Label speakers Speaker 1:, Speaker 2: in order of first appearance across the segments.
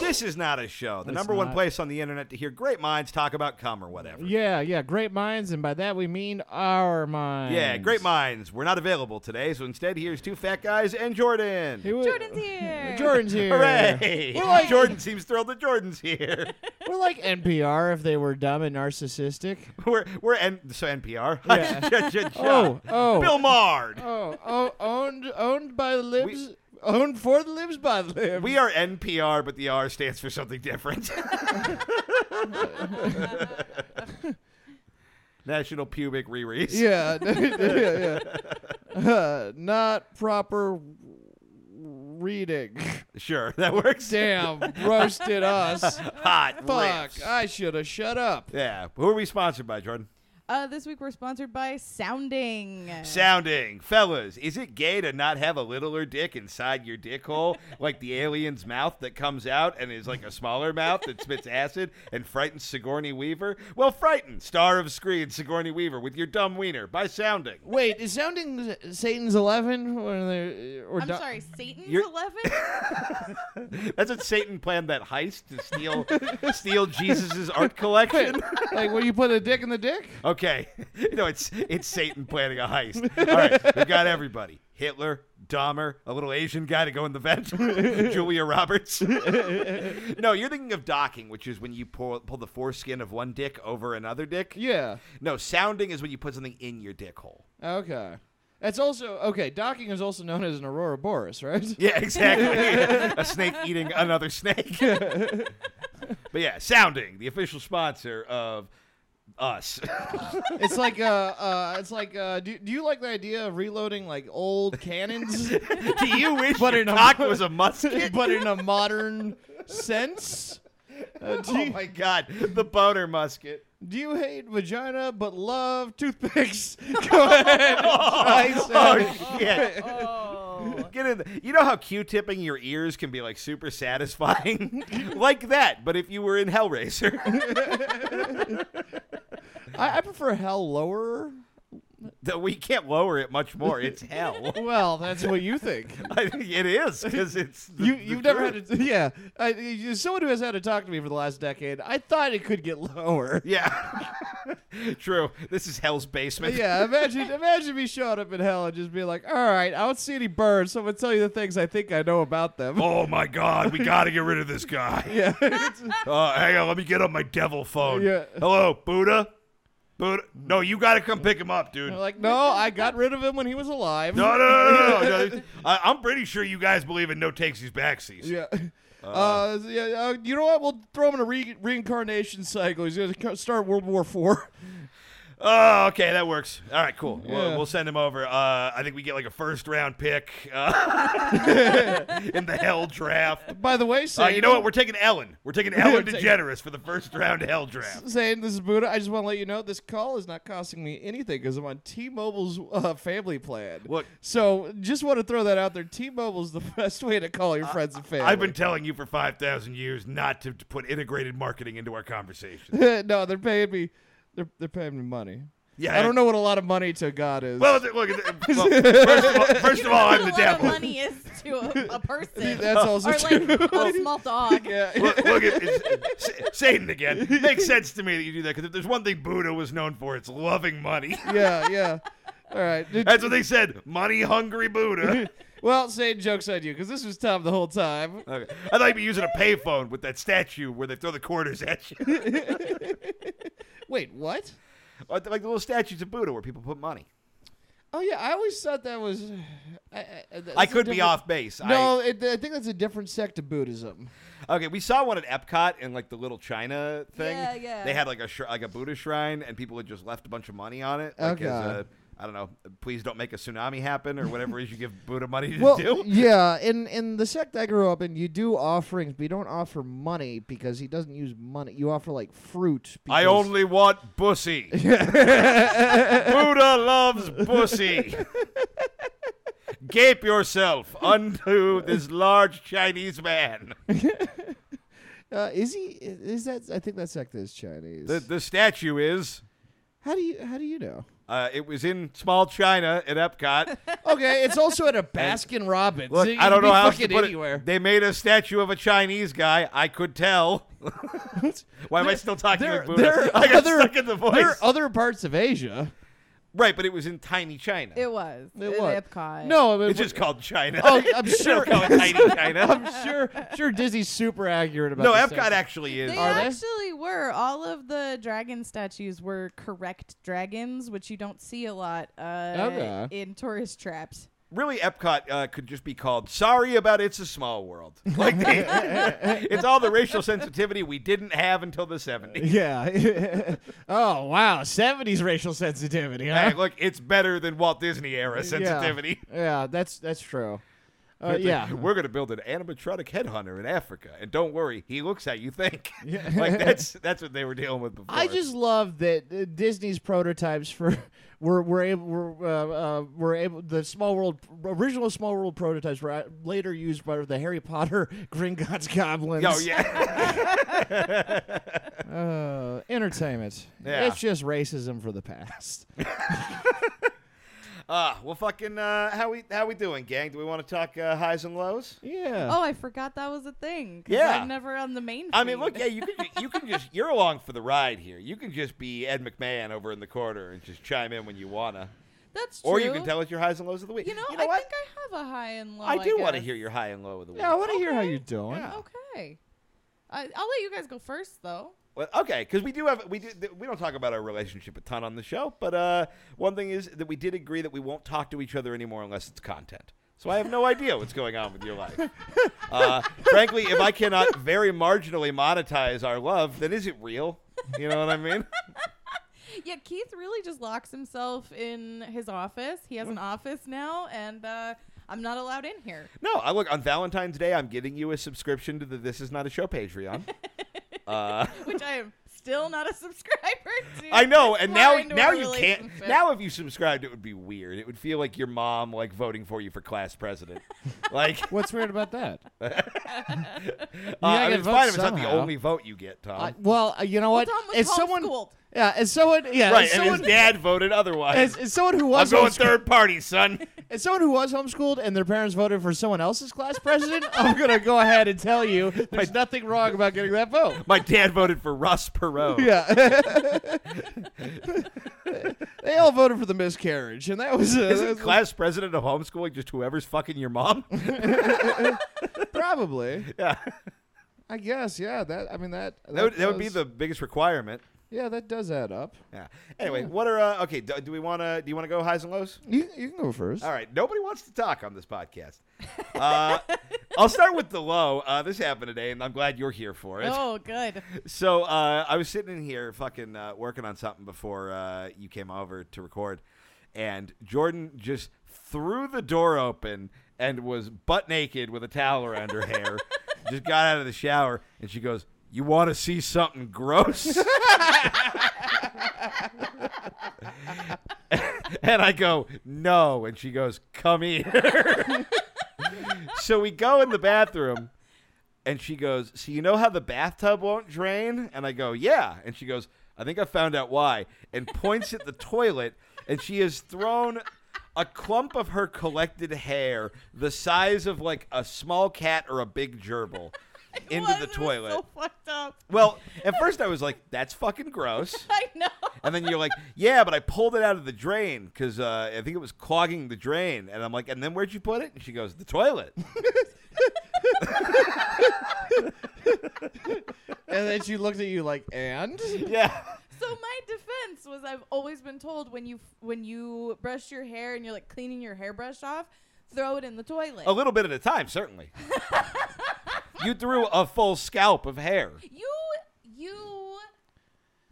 Speaker 1: This is not a show. The
Speaker 2: It's
Speaker 1: number one
Speaker 2: not.
Speaker 1: place on the internet to hear great minds talk about cum or whatever.
Speaker 2: Yeah, yeah, great minds, and by that we mean our minds.
Speaker 1: Yeah, great minds. We're not available today, so instead here's two fat guys and Jordan.
Speaker 2: Hey, we-
Speaker 3: Jordan's here.
Speaker 2: Jordan's here.
Speaker 1: Hooray!
Speaker 2: We're like-
Speaker 1: Jordan seems thrilled that Jordan's here.
Speaker 2: We're like NPR if they were dumb and narcissistic.
Speaker 1: we're we're N- so NPR.
Speaker 2: Yeah.
Speaker 1: Ja, ja, ja.
Speaker 2: Oh, oh.
Speaker 1: Bill Maher.
Speaker 2: Oh, oh, owned, owned by the libs, owned for the libs by the libs.
Speaker 1: We are NPR, but the R stands for something different. National Pubic Re-Reese.
Speaker 2: Yeah, yeah, yeah. Uh, not proper reading.
Speaker 1: Sure, that works.
Speaker 2: Damn, roasted us.
Speaker 1: Hot
Speaker 2: Fuck,
Speaker 1: riffs.
Speaker 2: I should have shut up.
Speaker 1: Yeah. Who are we sponsored by, Jordan?
Speaker 3: Uh, this week we're sponsored by Sounding.
Speaker 1: Sounding. Fellas, is it gay to not have a littler dick inside your dick hole? like the alien's mouth that comes out and is like a smaller mouth that spits acid and frightens Sigourney Weaver? Well, frighten star of Screen Sigourney Weaver with your dumb wiener by Sounding.
Speaker 2: Wait, is sounding Satan's Eleven or the or
Speaker 3: I'm
Speaker 2: do-
Speaker 3: sorry, Satan's
Speaker 1: You're-
Speaker 3: 11?
Speaker 1: That's what Satan planned that heist to steal steal Jesus's art collection.
Speaker 2: like when you put a dick in the dick?
Speaker 1: Okay. No, it's it's Satan planning a heist. All right, we've got everybody. Hitler, Dahmer, a little Asian guy to go in the vent, Julia Roberts. no, you're thinking of docking, which is when you pull pull the foreskin of one dick over another dick.
Speaker 2: Yeah.
Speaker 1: No, sounding is when you put something in your dick hole.
Speaker 2: Okay. That's also okay. Docking is also known as an aurora boris, right?
Speaker 1: Yeah, exactly. a snake eating another snake. but yeah, sounding, the official sponsor of us.
Speaker 2: It's like uh, uh it's like uh, do, do you like the idea of reloading like old cannons,
Speaker 1: Do you wish
Speaker 2: But
Speaker 1: your
Speaker 2: in a-
Speaker 1: cock was a musket?
Speaker 2: but in a modern sense? Uh, do,
Speaker 1: Oh
Speaker 2: you,
Speaker 1: my god, the boner musket.
Speaker 2: do you hate vagina but love toothpicks? Go ahead. and try sounding.
Speaker 1: Oh shit.
Speaker 3: oh.
Speaker 1: Get in. The, you know how Q-tipping your ears can be like super satisfying, like that. But if you were in Hellraiser,
Speaker 2: I, I prefer hell lower.
Speaker 1: that we can't lower it much more. It's hell.
Speaker 2: Well, that's what you think.
Speaker 1: I think it is because it's the-
Speaker 2: You
Speaker 1: the
Speaker 2: you've never
Speaker 1: truth.
Speaker 2: had to yeah. I, you- someone who has had to talk to me for the last decade, I thought it could get lower.
Speaker 1: Yeah, true. This is Hell's basement.
Speaker 2: yeah, imagine imagine me showing up in hell and just being like, all right, I don't see any birds, so I'm gonna tell you the things I think I know about them.
Speaker 1: Oh my God, we gotta get rid of this guy.
Speaker 2: Yeah, it's-
Speaker 1: Uh, hang on, let me get on my devil phone.
Speaker 2: Yeah.
Speaker 1: Hello, Buddha. Buddha. No, you gotta come pick him up, dude.
Speaker 2: they're like, no, I got rid of him when he was alive.
Speaker 1: No, no, no, no, no. no. I, I'm pretty sure you guys believe in no takesies, backsies.
Speaker 2: Yeah. Uh, yeah, uh, you know what? We'll throw him in a re- reincarnation cycle. He's gonna co- start World War Four.
Speaker 1: Oh, okay, that works. All right, cool.
Speaker 2: Yeah.
Speaker 1: We'll, we'll send him over. Uh, I think we get like a first round pick uh, in the hell draft.
Speaker 2: By the way,
Speaker 1: Uh,
Speaker 2: Satan,
Speaker 1: you know what? We're taking Ellen. We're taking Ellen
Speaker 2: We're taking-
Speaker 1: DeGeneres for the first round hell draft.
Speaker 2: Saying this is Buddha. I just want to let you know this call is not costing me anything because I'm on T-Mobile's uh, family plan.
Speaker 1: Look-
Speaker 2: so just want to throw that out there. T-Mobile's the best way to call your friends and family.
Speaker 1: I've been telling you for 5,000 years not to, to put integrated marketing into our conversation.
Speaker 2: no, they're paying me. They're, they're paying me money.
Speaker 1: Yeah,
Speaker 2: I don't know what a lot of money to God is.
Speaker 1: Well, th- look, th- well, first of all, first of all I'm the
Speaker 3: What a lot of
Speaker 1: devil.
Speaker 3: money is to a, a person.
Speaker 2: that's also
Speaker 3: or
Speaker 2: true.
Speaker 3: like a small dog.
Speaker 2: yeah.
Speaker 1: look, look at it's, it's- Satan again. Makes sense to me that you do that because if there's one thing Buddha was known for, it's loving money.
Speaker 2: yeah, yeah. All right. Did-
Speaker 1: That's what they said. Money hungry Buddha.
Speaker 2: well, Satan jokes on you because this was Tom the whole time.
Speaker 1: Okay. I thought you'd be using a payphone with that statue where they throw the quarters at you,
Speaker 2: Wait, what?
Speaker 1: Or th- like the little statues of Buddha where people put money. Oh,
Speaker 2: Oh yeah, I always thought that was. I, I, that's
Speaker 1: I
Speaker 2: a
Speaker 1: could be
Speaker 2: different-
Speaker 1: off base.
Speaker 2: No, it, I think that's a different sect of Buddhism.
Speaker 1: I, okay. We saw one at Epcot in like the little China thing.
Speaker 3: Yeah, yeah.
Speaker 1: They had like a shri- like a Buddha shrine, and people had just left a bunch of money on it. Like
Speaker 2: Oh, God.
Speaker 1: As a, I don't know. Please don't make a tsunami happen, or whatever it is you give Buddha money to
Speaker 2: Well,
Speaker 1: do.
Speaker 2: yeah, in in the sect I grew up in, you do offerings, but you don't offer money because he doesn't use money. You offer like fruit.
Speaker 1: I
Speaker 2: because-
Speaker 1: only want bussy. Buddha loves bussy. Gape yourself unto this large Chinese man.
Speaker 2: Uh, is he? Is that? I think that sect is Chinese.
Speaker 1: The, the statue is.
Speaker 2: how do you? How do you know?
Speaker 1: Uh, it was in small China at Epcot.
Speaker 2: Okay, it's also at a Baskin Robbins.
Speaker 1: Look,
Speaker 2: It
Speaker 1: I
Speaker 2: can
Speaker 1: don't
Speaker 2: be
Speaker 1: know how else to
Speaker 2: fucking
Speaker 1: put
Speaker 2: anywhere.
Speaker 1: it. They made a statue of a Chinese guy. I could tell. Why am I still talking
Speaker 2: There,
Speaker 1: like Buddha?
Speaker 2: there,
Speaker 1: I
Speaker 2: are
Speaker 1: got
Speaker 2: other,
Speaker 1: stuck in the voice.
Speaker 2: there are other parts of Asia.
Speaker 1: right, but it was in tiny China.
Speaker 3: It was.
Speaker 2: It
Speaker 3: in
Speaker 2: was.
Speaker 3: Epcot.
Speaker 2: No, I mean,
Speaker 1: it's just called China.
Speaker 2: Oh, I'm
Speaker 1: They don't
Speaker 2: sure-
Speaker 1: call it tiny China.
Speaker 2: I'm sure, sure Disney's super accurate about
Speaker 1: no,
Speaker 2: this
Speaker 1: Epcot
Speaker 2: stuff.
Speaker 1: actually is.
Speaker 3: They
Speaker 2: Are they?
Speaker 3: actually were. All of the dragon statues were correct dragons, which you don't see a lot uh,
Speaker 2: Okay.
Speaker 3: in tourist traps.
Speaker 1: really Epcot uh, could just be called "Sorry about It's a Small World." Like they, it's all the racial sensitivity we didn't have until the '70s.
Speaker 2: Yeah. oh wow, seventies racial sensitivity. Huh?
Speaker 1: Hey, look, it's better than Walt Disney era sensitivity.
Speaker 2: Yeah, yeah that's that's true. Uh, yeah.
Speaker 1: We're gonna build an animatronic headhunter in Africa, and don't worry, he looks how you think. like that's that's what they were dealing with before.
Speaker 2: I just love that uh, Disney's prototypes for were were able were, uh, uh, were able the small world original small world prototypes were uh, later used by the Harry Potter Gringotts goblins.
Speaker 1: Oh yeah,
Speaker 2: Uh, entertainment.
Speaker 1: Yeah.
Speaker 2: It's just racism for the past.
Speaker 1: uh, well, fucking, uh, how we how we doing, gang? Do we want to talk uh, highs and lows?
Speaker 2: Yeah.
Speaker 3: Oh, I forgot that was a thing. 'cause
Speaker 1: Yeah.
Speaker 3: I'm never on the main.
Speaker 1: I mean, look,
Speaker 3: feed.
Speaker 1: yeah, you can you can just you're along for the ride here. You can just be Ed McMahon over in the corner and just chime in when you wanna.
Speaker 3: That's true.
Speaker 1: Or you can tell us your highs and lows of the week.
Speaker 3: You know, I
Speaker 1: what?
Speaker 3: think I have a high and low.
Speaker 1: I do want to
Speaker 3: guess.
Speaker 1: hear your high and low of the week.
Speaker 2: Yeah, I want to hear how you're doing.
Speaker 1: Yeah.
Speaker 3: Okay. I, I'll let you guys go first, though.
Speaker 1: Well, okay, because we do have we do th- we don't talk about our relationship a ton on the show, but uh, one thing is that we did agree that we won't talk to each other anymore unless it's content. So I have no idea what's going on with your life. Uh, frankly, if I cannot very marginally monetize our love, then is it real? You know what I mean?
Speaker 3: Yeah, Keith really just locks himself in his office. He has an office now, and uh, I'm not allowed in here.
Speaker 1: No, I look on Valentine's Day. I'm getting you a subscription to the This Is Not a Show Patreon. Uh,
Speaker 3: which I am still not a subscriber to.
Speaker 1: I know, and now
Speaker 3: We're into
Speaker 1: now
Speaker 3: a
Speaker 1: you can't.
Speaker 3: relationship.
Speaker 1: Now if you subscribed, it would be weird. It would feel like your mom like voting for you for class president. like, uh,
Speaker 2: What's weird about that?
Speaker 1: I mean,
Speaker 2: gotta
Speaker 1: it's
Speaker 2: vote
Speaker 1: fine if it's not the
Speaker 2: somehow.
Speaker 1: only vote you get, Tom.
Speaker 2: I- well, uh, you know what?
Speaker 3: Tom was
Speaker 2: as someone,
Speaker 3: homeschooled.
Speaker 2: yeah, as someone, yeah,
Speaker 1: right,
Speaker 2: as
Speaker 1: and his
Speaker 2: someone,
Speaker 1: dad voted otherwise.
Speaker 2: as, as someone who
Speaker 1: I'm
Speaker 2: was
Speaker 1: going
Speaker 2: homeschooled-
Speaker 1: third party, son.
Speaker 2: as someone who was homeschooled and their parents voted for someone else's class president, I'm gonna go ahead and tell you there's nothing wrong about getting that vote.
Speaker 1: My dad voted for Russ Perot.
Speaker 2: Yeah, they all voted for the miscarriage, and that was, uh, that
Speaker 1: Isn't
Speaker 2: was-
Speaker 1: class president of homeschooling just whoever's fucking your mom?
Speaker 2: probably.
Speaker 1: yeah,
Speaker 2: I guess, yeah. That I mean that
Speaker 1: that would, that would be
Speaker 2: does-
Speaker 1: the biggest requirement.
Speaker 2: yeah. That does add up.
Speaker 1: Yeah. Anyway, what are uh, okay? Do, do we want to? Do you want to go highs and lows?
Speaker 2: You you can go first.
Speaker 1: All right. Nobody wants to talk on this podcast. Uh, I'll start with the low. Uh, this happened today, and I'm glad you're here for it.
Speaker 3: Oh, good.
Speaker 1: So uh, I was sitting in here fucking uh, working on something before uh, you came over to record, and Jordan just threw the door open and was butt naked with a towel around her hair. just got out of the shower, and she goes, "You want to see something gross?" and I go, "No," and she goes, "Come here." so we go in the bathroom. And she goes, So you know how the bathtub won't drain? And I go, Yeah. And she goes, I think I found out why. And points at the toilet, and she has thrown a clump of her collected hair the size of like a small cat or a big gerbil
Speaker 3: It
Speaker 1: into
Speaker 3: was-
Speaker 1: the
Speaker 3: it was
Speaker 1: toilet.
Speaker 3: so fucked up.
Speaker 1: well, at first I was like, That's fucking gross.
Speaker 3: I know.
Speaker 1: And then you're like, yeah, but I pulled it out of the drain because uh, I think it was clogging the drain. And I'm like, and then where'd you put it? And she goes, the toilet.
Speaker 2: And then she looked at you like, and
Speaker 1: yeah.
Speaker 3: So my defense was I've always been told when you when you brush your hair and you're like cleaning your hairbrush off, throw it in the toilet.
Speaker 1: A little bit at a time, certainly. you threw a full scalp of hair.
Speaker 3: You you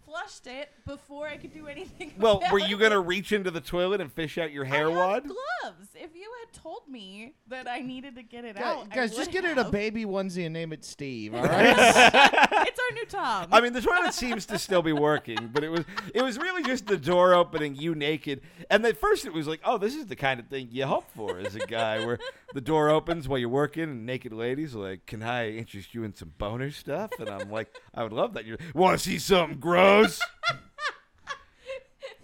Speaker 3: flushed it before I could do anything.
Speaker 1: Well, were
Speaker 3: about
Speaker 1: you going to
Speaker 3: it.
Speaker 1: reach into the toilet and fish out your
Speaker 3: I
Speaker 1: hair
Speaker 3: had
Speaker 1: wad?
Speaker 3: gloves? If you had told me that I needed to get it
Speaker 2: guys,
Speaker 3: out, I
Speaker 2: guys just
Speaker 3: would
Speaker 2: get her
Speaker 3: have.
Speaker 2: a baby onesie and name it Steve. All right.
Speaker 1: Uh-huh.
Speaker 3: It's our new Tom.
Speaker 1: I mean, the toilet seems to still be working, but it was it was really just the door opening, you naked. And at first, it was like, oh, this is the kind of thing you hope for as a guy, where the door opens while you're working, and naked ladies are like, can I interest you in some boner stuff? And I'm like, I would love that. You want to see something gross?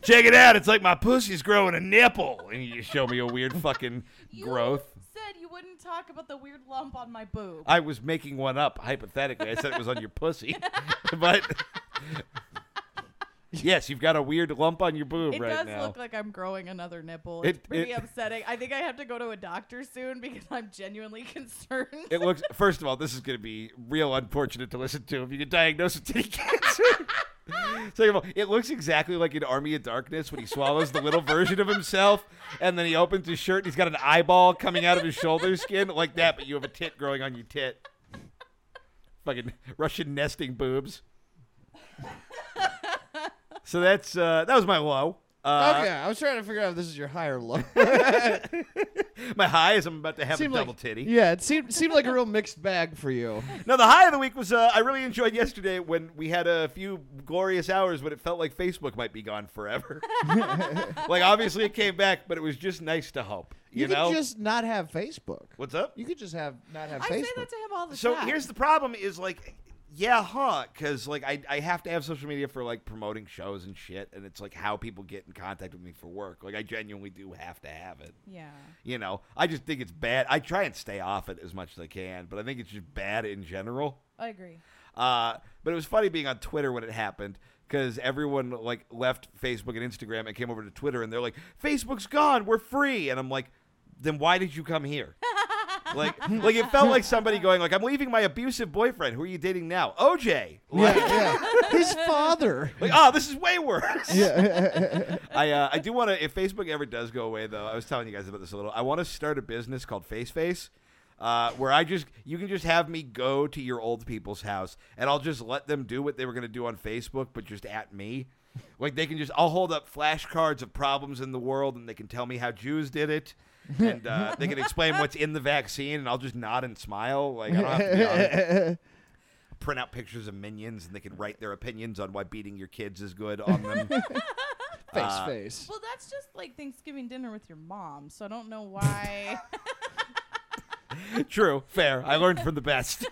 Speaker 1: Check it out. It's like my pussy's growing a nipple. And you show me a weird fucking
Speaker 3: You
Speaker 1: growth.
Speaker 3: said you wouldn't talk about the weird lump on my boob.
Speaker 1: I was making one up hypothetically. I said it was on your pussy, but yes, you've got a weird lump on your boob
Speaker 3: it
Speaker 1: right
Speaker 3: does
Speaker 1: now.
Speaker 3: look like I'm growing another nipple.
Speaker 1: It-
Speaker 3: It's pretty
Speaker 1: it-
Speaker 3: upsetting. I think I have to go to a doctor soon because I'm genuinely concerned.
Speaker 1: it looks. First of all, this is going to be real unfortunate to listen to if you get diagnosed with titty cancer. Second of all, it looks exactly like in Army of Darkness when he swallows the little version of himself, and then he opens his shirt and he's got an eyeball coming out of his shoulder skin like that, but you have a tit growing on your tit. Fucking Russian nesting boobs. so that's uh, that was my low. Uh,
Speaker 2: okay, I was trying to figure out if this is your high or low.
Speaker 1: My high is I'm about to have
Speaker 2: Seemed
Speaker 1: a double
Speaker 2: like,
Speaker 1: titty.
Speaker 2: Yeah, it seemed seemed like a real mixed bag for you.
Speaker 1: No, the high of the week was uh, I really enjoyed yesterday when we had a few glorious hours when it felt like Facebook might be gone forever. like obviously it came back, but it was just nice to hope. You,
Speaker 2: You, could
Speaker 1: know
Speaker 2: just not have Facebook.
Speaker 1: what's up?
Speaker 2: You could just have not have
Speaker 3: I
Speaker 2: Facebook.
Speaker 3: say that to him all the
Speaker 1: So
Speaker 3: time.
Speaker 1: here's the problem: is like, yeah, huh? Because like I I have to have social media for like promoting shows and shit, and it's like how people get in contact with me for work. Like I genuinely do have to have it.
Speaker 3: yeah.
Speaker 1: You know, I just think it's bad. I try and stay off it as much as I can, but I think it's just bad in general.
Speaker 3: I agree.
Speaker 1: Uh, but it was funny being on Twitter when it happened because everyone like left Facebook and Instagram and came over to Twitter and they're like, "Facebook's gone, we're free," and I'm like, "Then why did you come here?" like, like it felt like somebody going like, "I'm leaving my abusive boyfriend. Who are you dating now, OJ?"
Speaker 2: yeah,
Speaker 1: Like,
Speaker 2: yeah. His father.
Speaker 1: like, oh, this is way worse.
Speaker 2: Yeah.
Speaker 1: I uh, I do want to. If Facebook ever does go away, though, I was telling you guys about this a little. I want to start a business called Face Face. Uh, where I just you can just have me go to your old people's house and I'll just let them do what they were gonna do on Facebook, but just at me. Like they can just I'll hold up flashcards of problems in the world and they can tell me how Jews did it. And uh, they can explain what's in the vaccine, and I'll just nod and smile. Like I don't have to be honest print out pictures of minions, and they can write their opinions on why beating your kids is good on them.
Speaker 2: face
Speaker 1: Uh,
Speaker 2: face.
Speaker 3: Well, that's just like Thanksgiving dinner with your mom, so I don't know why.
Speaker 1: True, fair. I learned from the best.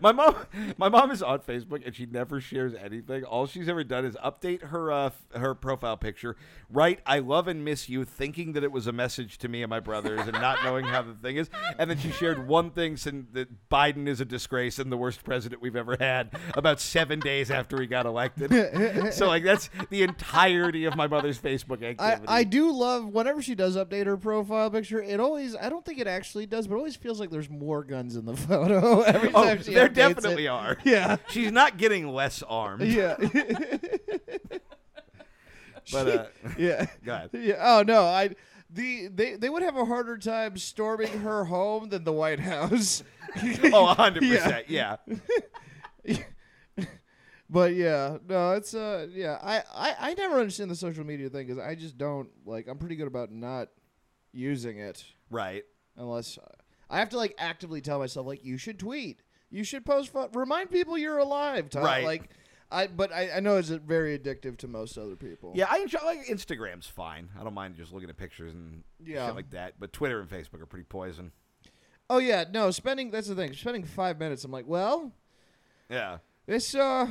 Speaker 1: my mom, my mom is on Facebook and she never shares anything. All she's ever done is update her uh, f- her profile picture. Write "I love and miss you," thinking that it was a message to me and my brothers, and not knowing how the thing is. And then she shared one thing saying that Biden is a disgrace and the worst president we've ever had. About seven days after he got elected, so like that's the entirety of my mother's Facebook
Speaker 2: I,
Speaker 1: activity.
Speaker 2: I do love whenever she does update her profile picture. It always I don't think it actually does, but it always feels like there's more guns in the photo every
Speaker 1: oh,
Speaker 2: time she
Speaker 1: there
Speaker 2: updates it.
Speaker 1: definitely are.
Speaker 2: Yeah,
Speaker 1: She's not getting less armed.
Speaker 2: yeah,
Speaker 1: But uh,
Speaker 2: yeah.
Speaker 1: go ahead.
Speaker 2: Yeah. Oh no, I the they they would have a harder time storming her home than the White House.
Speaker 1: Oh, 100 percent. Yeah.
Speaker 2: But yeah, no, it's uh yeah. I I I never understand the social media thing because I just don't like. I'm pretty good about not using it
Speaker 1: Right.
Speaker 2: unless uh, I have to like actively tell myself like you should tweet, you should post, pho- remind people you're alive. Tom.
Speaker 1: Right.
Speaker 2: Like. I, but I, I know it's very addictive to most other people.
Speaker 1: Yeah, I enjoy like Instagram's fine. I don't mind just looking at pictures and
Speaker 2: Yeah.
Speaker 1: shit like that. But Twitter and Facebook are pretty poison.
Speaker 2: Oh yeah. No. Spending. That's the thing. Spending five minutes. I'm like, well,
Speaker 1: Yeah.
Speaker 2: this uh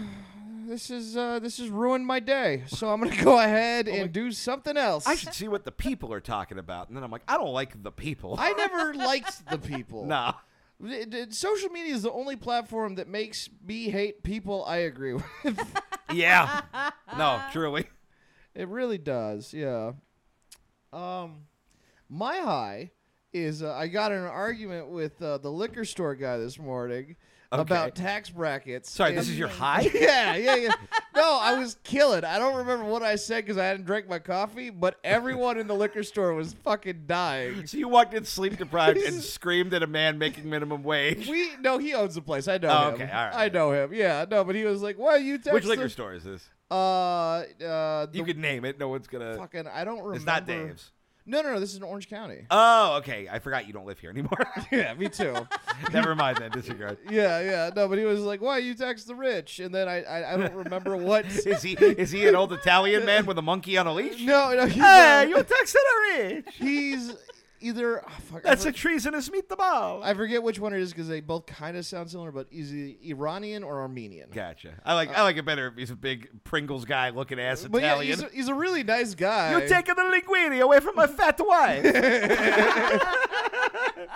Speaker 2: this is uh this has ruined my day so i'm gonna go ahead and do something else
Speaker 1: Oh I should see what the people are talking about, and then I'm like, I don't like the people.
Speaker 2: I never liked the people
Speaker 1: nah.
Speaker 2: D- d- social media is the only platform that makes me hate people i agree with
Speaker 1: Yeah. no, truly.
Speaker 2: it really does yeah um my high is uh, i got in an argument with uh, the liquor store guy this morning about
Speaker 1: Okay.
Speaker 2: tax brackets
Speaker 1: Sorry, this
Speaker 2: and-
Speaker 1: is your high.
Speaker 2: yeah, yeah, yeah. No, I was killing. I don't remember what I said because I hadn't drank my coffee, but everyone in the liquor store was fucking dying.
Speaker 1: So you walked in sleep deprived and screamed at a man making minimum wage.
Speaker 2: We no, he owns the place. I know
Speaker 1: Oh,
Speaker 2: him.
Speaker 1: okay, all right.
Speaker 2: I know him. Yeah, no, but he was like, "Why you text
Speaker 1: Which liquor
Speaker 2: them?"
Speaker 1: store is this?
Speaker 2: Uh, uh, the
Speaker 1: You could name it. No one's gonna.
Speaker 2: fucking. I don't remember.
Speaker 1: it's not Dave's.
Speaker 2: No, no, no. This is in Orange County.
Speaker 1: Oh, okay. I forgot you don't live here anymore.
Speaker 2: yeah, me too.
Speaker 1: Never mind then. Disregard.
Speaker 2: Yeah, yeah. No, but he was like, "Why you text the rich?" And then I, I, I don't remember what.
Speaker 1: Is he is he an old Italian man with a monkey on a leash?
Speaker 2: No, no. He's,
Speaker 1: Hey,
Speaker 2: um,
Speaker 1: you texted a rich.
Speaker 2: he's either oh, fuck, I
Speaker 1: That's
Speaker 2: for-
Speaker 1: a treasonous meatball.
Speaker 2: I forget which one it is because they both kind of sound similar, but is it Iranian or Armenian?
Speaker 1: Gotcha. I like I like it better if he's a big Pringles guy looking ass
Speaker 2: But yeah,
Speaker 1: Italian.
Speaker 2: he's a, he's a really nice guy. Uh,
Speaker 1: You're taking the linguine away from my fat wife.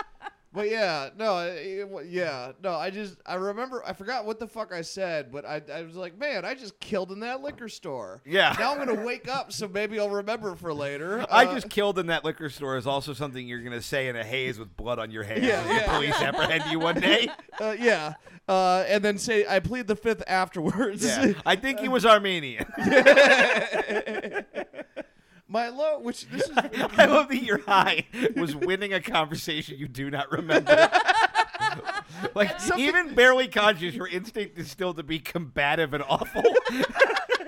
Speaker 2: But yeah, no, I- it wa- yeah, no. I just I remember I forgot what the fuck I said, but I I was like, man, I just killed in that liquor store.
Speaker 1: Yeah.
Speaker 2: Now I'm gonna wake up, so maybe I'll remember for later.
Speaker 1: I
Speaker 2: Uh,
Speaker 1: just killed in that liquor store is also something you're gonna say in a haze with blood on your hands
Speaker 2: Yeah,
Speaker 1: as the
Speaker 2: yeah,
Speaker 1: police apprehend you one day.
Speaker 2: uh, yeah, uh, and then say I plead the fifth afterwards.
Speaker 1: Yeah. I think he was Armenian.
Speaker 2: My low, which this is
Speaker 1: I love that your high was winning a conversation you do not remember. like even barely conscious, your instinct is still to be combative and awful.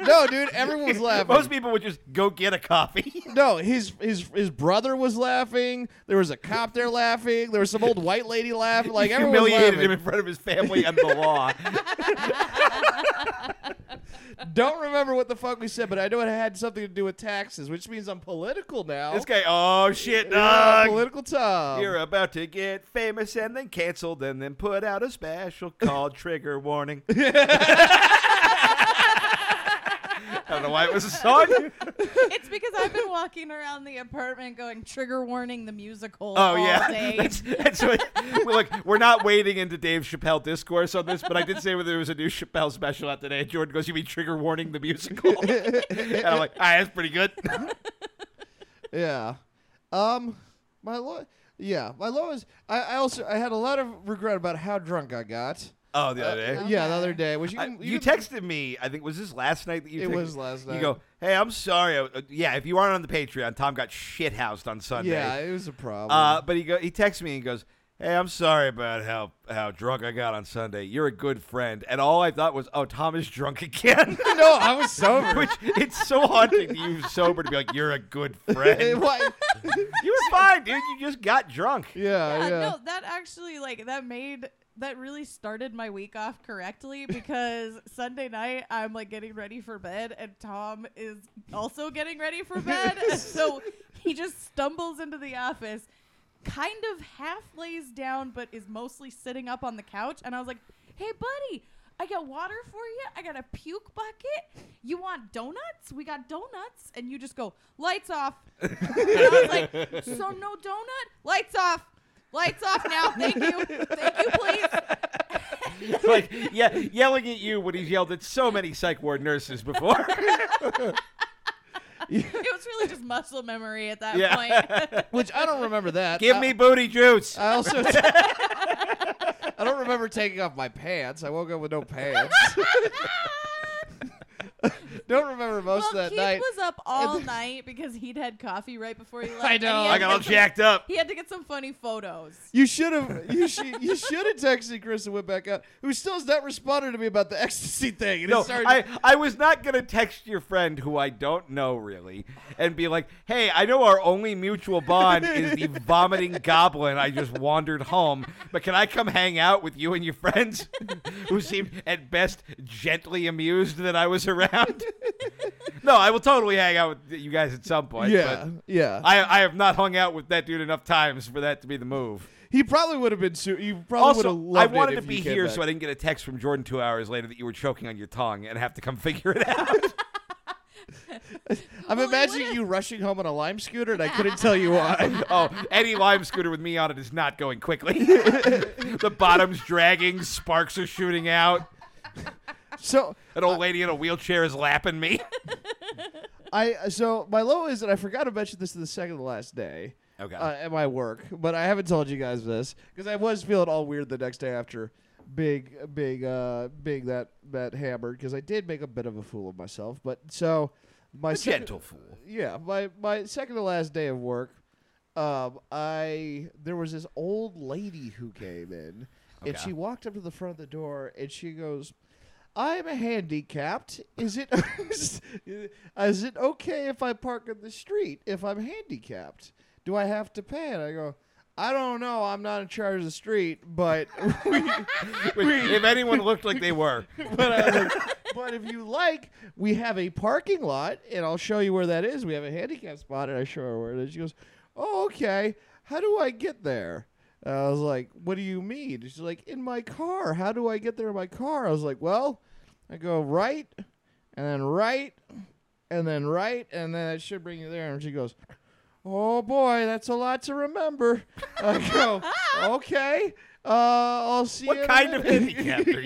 Speaker 2: no, dude. Everyone was laughing.
Speaker 1: Most people would just go get a coffee.
Speaker 2: No, his his his brother was laughing. There was a cop there laughing. There was some old white lady laughing. Like
Speaker 1: You
Speaker 2: everyone was
Speaker 1: humiliated
Speaker 2: laughing.
Speaker 1: him in front of his family and the law.
Speaker 2: Don't remember what the fuck we said, but I know it had something to do with taxes, which means I'm political now.
Speaker 1: this guy, oh shit,
Speaker 2: Yeah,
Speaker 1: dog.
Speaker 2: political Tom.
Speaker 1: You're about to get famous and then canceled and then put out a special called Trigger Warning. I don't know why it was a song.
Speaker 3: It's because I've been walking around the apartment going trigger warning the musical.
Speaker 1: Oh
Speaker 3: all
Speaker 1: yeah,
Speaker 3: day.
Speaker 1: That's- that's what- we're like we're not wading into Dave Chappelle discourse on this, but I did say whether there was a new Chappelle special out today. Jordan goes, "You mean Trigger Warning the musical?" and I'm like, "Ah, that's pretty good."
Speaker 2: yeah. Um, my low. Yeah, my low is. I, I also I had a lot of regret about how drunk I got.
Speaker 1: oh, the other day.
Speaker 2: Uh, Yeah, the other day. Which you,
Speaker 1: I-
Speaker 2: can-
Speaker 1: you
Speaker 2: can-
Speaker 1: texted me. I think was this last night that you.
Speaker 2: It
Speaker 1: texted-
Speaker 2: was last night.
Speaker 1: You go, hey, I'm sorry. I, uh, yeah, if you aren't on the Patreon, Tom got shithoused on Sunday.
Speaker 2: Yeah, it was a problem.
Speaker 1: Uh, but he go, he texts me and goes, "Hey, I'm sorry about how how drunk I got on Sunday. You're a good friend." And all I thought was, "Oh, Tom is drunk again."
Speaker 2: no, I was sober.
Speaker 1: Which it's so haunting to you sober to be like, "You're a good friend."
Speaker 2: Why-
Speaker 1: you were fine, dude. You just got drunk.
Speaker 2: yeah, yeah.
Speaker 3: yeah, no, that actually like that made that really started my week off correctly because Sunday night I'm like getting ready for bed and Tom is also getting ready for bed. And so he just stumbles into the office, kind of half lays down but is mostly sitting up on the couch and I was like, "Hey buddy, I got water for you. I got a puke bucket. You want donuts? We got donuts." And you just go, "Lights off." And I was like, so no donut? Lights off. Lights off now. Thank you. Thank you, please.
Speaker 1: like, yeah, yelling at you when he's yelled at so many psych ward nurses before.
Speaker 3: It was really just muscle memory at that
Speaker 1: Yeah.
Speaker 3: point.
Speaker 2: Which I don't remember that.
Speaker 1: Give
Speaker 2: I-
Speaker 1: me booty juice.
Speaker 2: I also I I don't remember taking off my pants. I woke up with no pants. don't remember most
Speaker 3: well,
Speaker 2: of that
Speaker 3: Keith
Speaker 2: night.
Speaker 3: was up all night because he'd had coffee right before he left.
Speaker 2: I
Speaker 3: and he
Speaker 2: know.
Speaker 3: had
Speaker 1: I
Speaker 3: to
Speaker 1: got all
Speaker 3: get some-
Speaker 1: jacked up.
Speaker 3: He had to get some funny photos.
Speaker 2: you should have you should you should have texted Chris and went back out, who still has not responded to me about the ecstasy thing. And it
Speaker 1: No,
Speaker 2: started-
Speaker 1: I, I was not going to text your friend who I don't know really and be like, hey, I know our only mutual bond is the vomiting goblin. I just wandered home, but can I come hang out with you and your friends who seemed at best gently amused that I was around? no, I will totally hang out with you guys at some point.
Speaker 2: yeah,
Speaker 1: but
Speaker 2: yeah.
Speaker 1: I, I have not hung out with that dude enough times for that to be the move.
Speaker 2: he probably would have been. Su- you probably would have
Speaker 1: Also, I
Speaker 2: loved it
Speaker 1: wanted to
Speaker 2: if
Speaker 1: be
Speaker 2: you came
Speaker 1: here
Speaker 2: back.
Speaker 1: so I didn't get a text from Jordan two hours later that you were choking on your tongue and have to come figure it out.
Speaker 2: I'm
Speaker 3: Well, it
Speaker 2: imagining
Speaker 3: would've-
Speaker 2: you rushing home on a lime scooter, and I couldn't tell you why.
Speaker 1: Oh, any lime scooter with me on it is not going quickly. the bottom's dragging, sparks are shooting out.
Speaker 2: So
Speaker 1: An old lady in a wheelchair is lapping me.
Speaker 2: I so my low is that I forgot to mention this to the second to last day.
Speaker 1: Okay.
Speaker 2: Uh, at my work, but I haven't told you guys this because I was feeling all weird the next day after big, big, uh, big that that hammered because I did make a bit of a fool of myself. But so my second-
Speaker 1: Gentle fool.
Speaker 2: yeah, my my second to last day of work, um, I there was this old lady who came in, and
Speaker 1: Okay.
Speaker 2: she walked up to the front of the door, and she goes, "I'm handicapped. Is it is it okay if I park in the street if I'm handicapped? Do I have to pay?" And I go. I don't know. I'm not in charge of the street, but
Speaker 1: if anyone looked like they were,
Speaker 2: but, I was like, but if you like, we have a parking lot, and I'll show you where that is. We have a handicap spot, and I show her where it is. She goes, "Oh, okay." how do I get there? And I was like, what do you mean? She's like, in my car. How do I get there in my car? I was like, well, I go right, and then right, and then right, and then it should bring you there. And she goes, oh boy, that's a lot to remember. I go, okay. Uh, I'll see. you
Speaker 1: What
Speaker 2: in a
Speaker 1: kind of
Speaker 2: minute."
Speaker 1: handicap are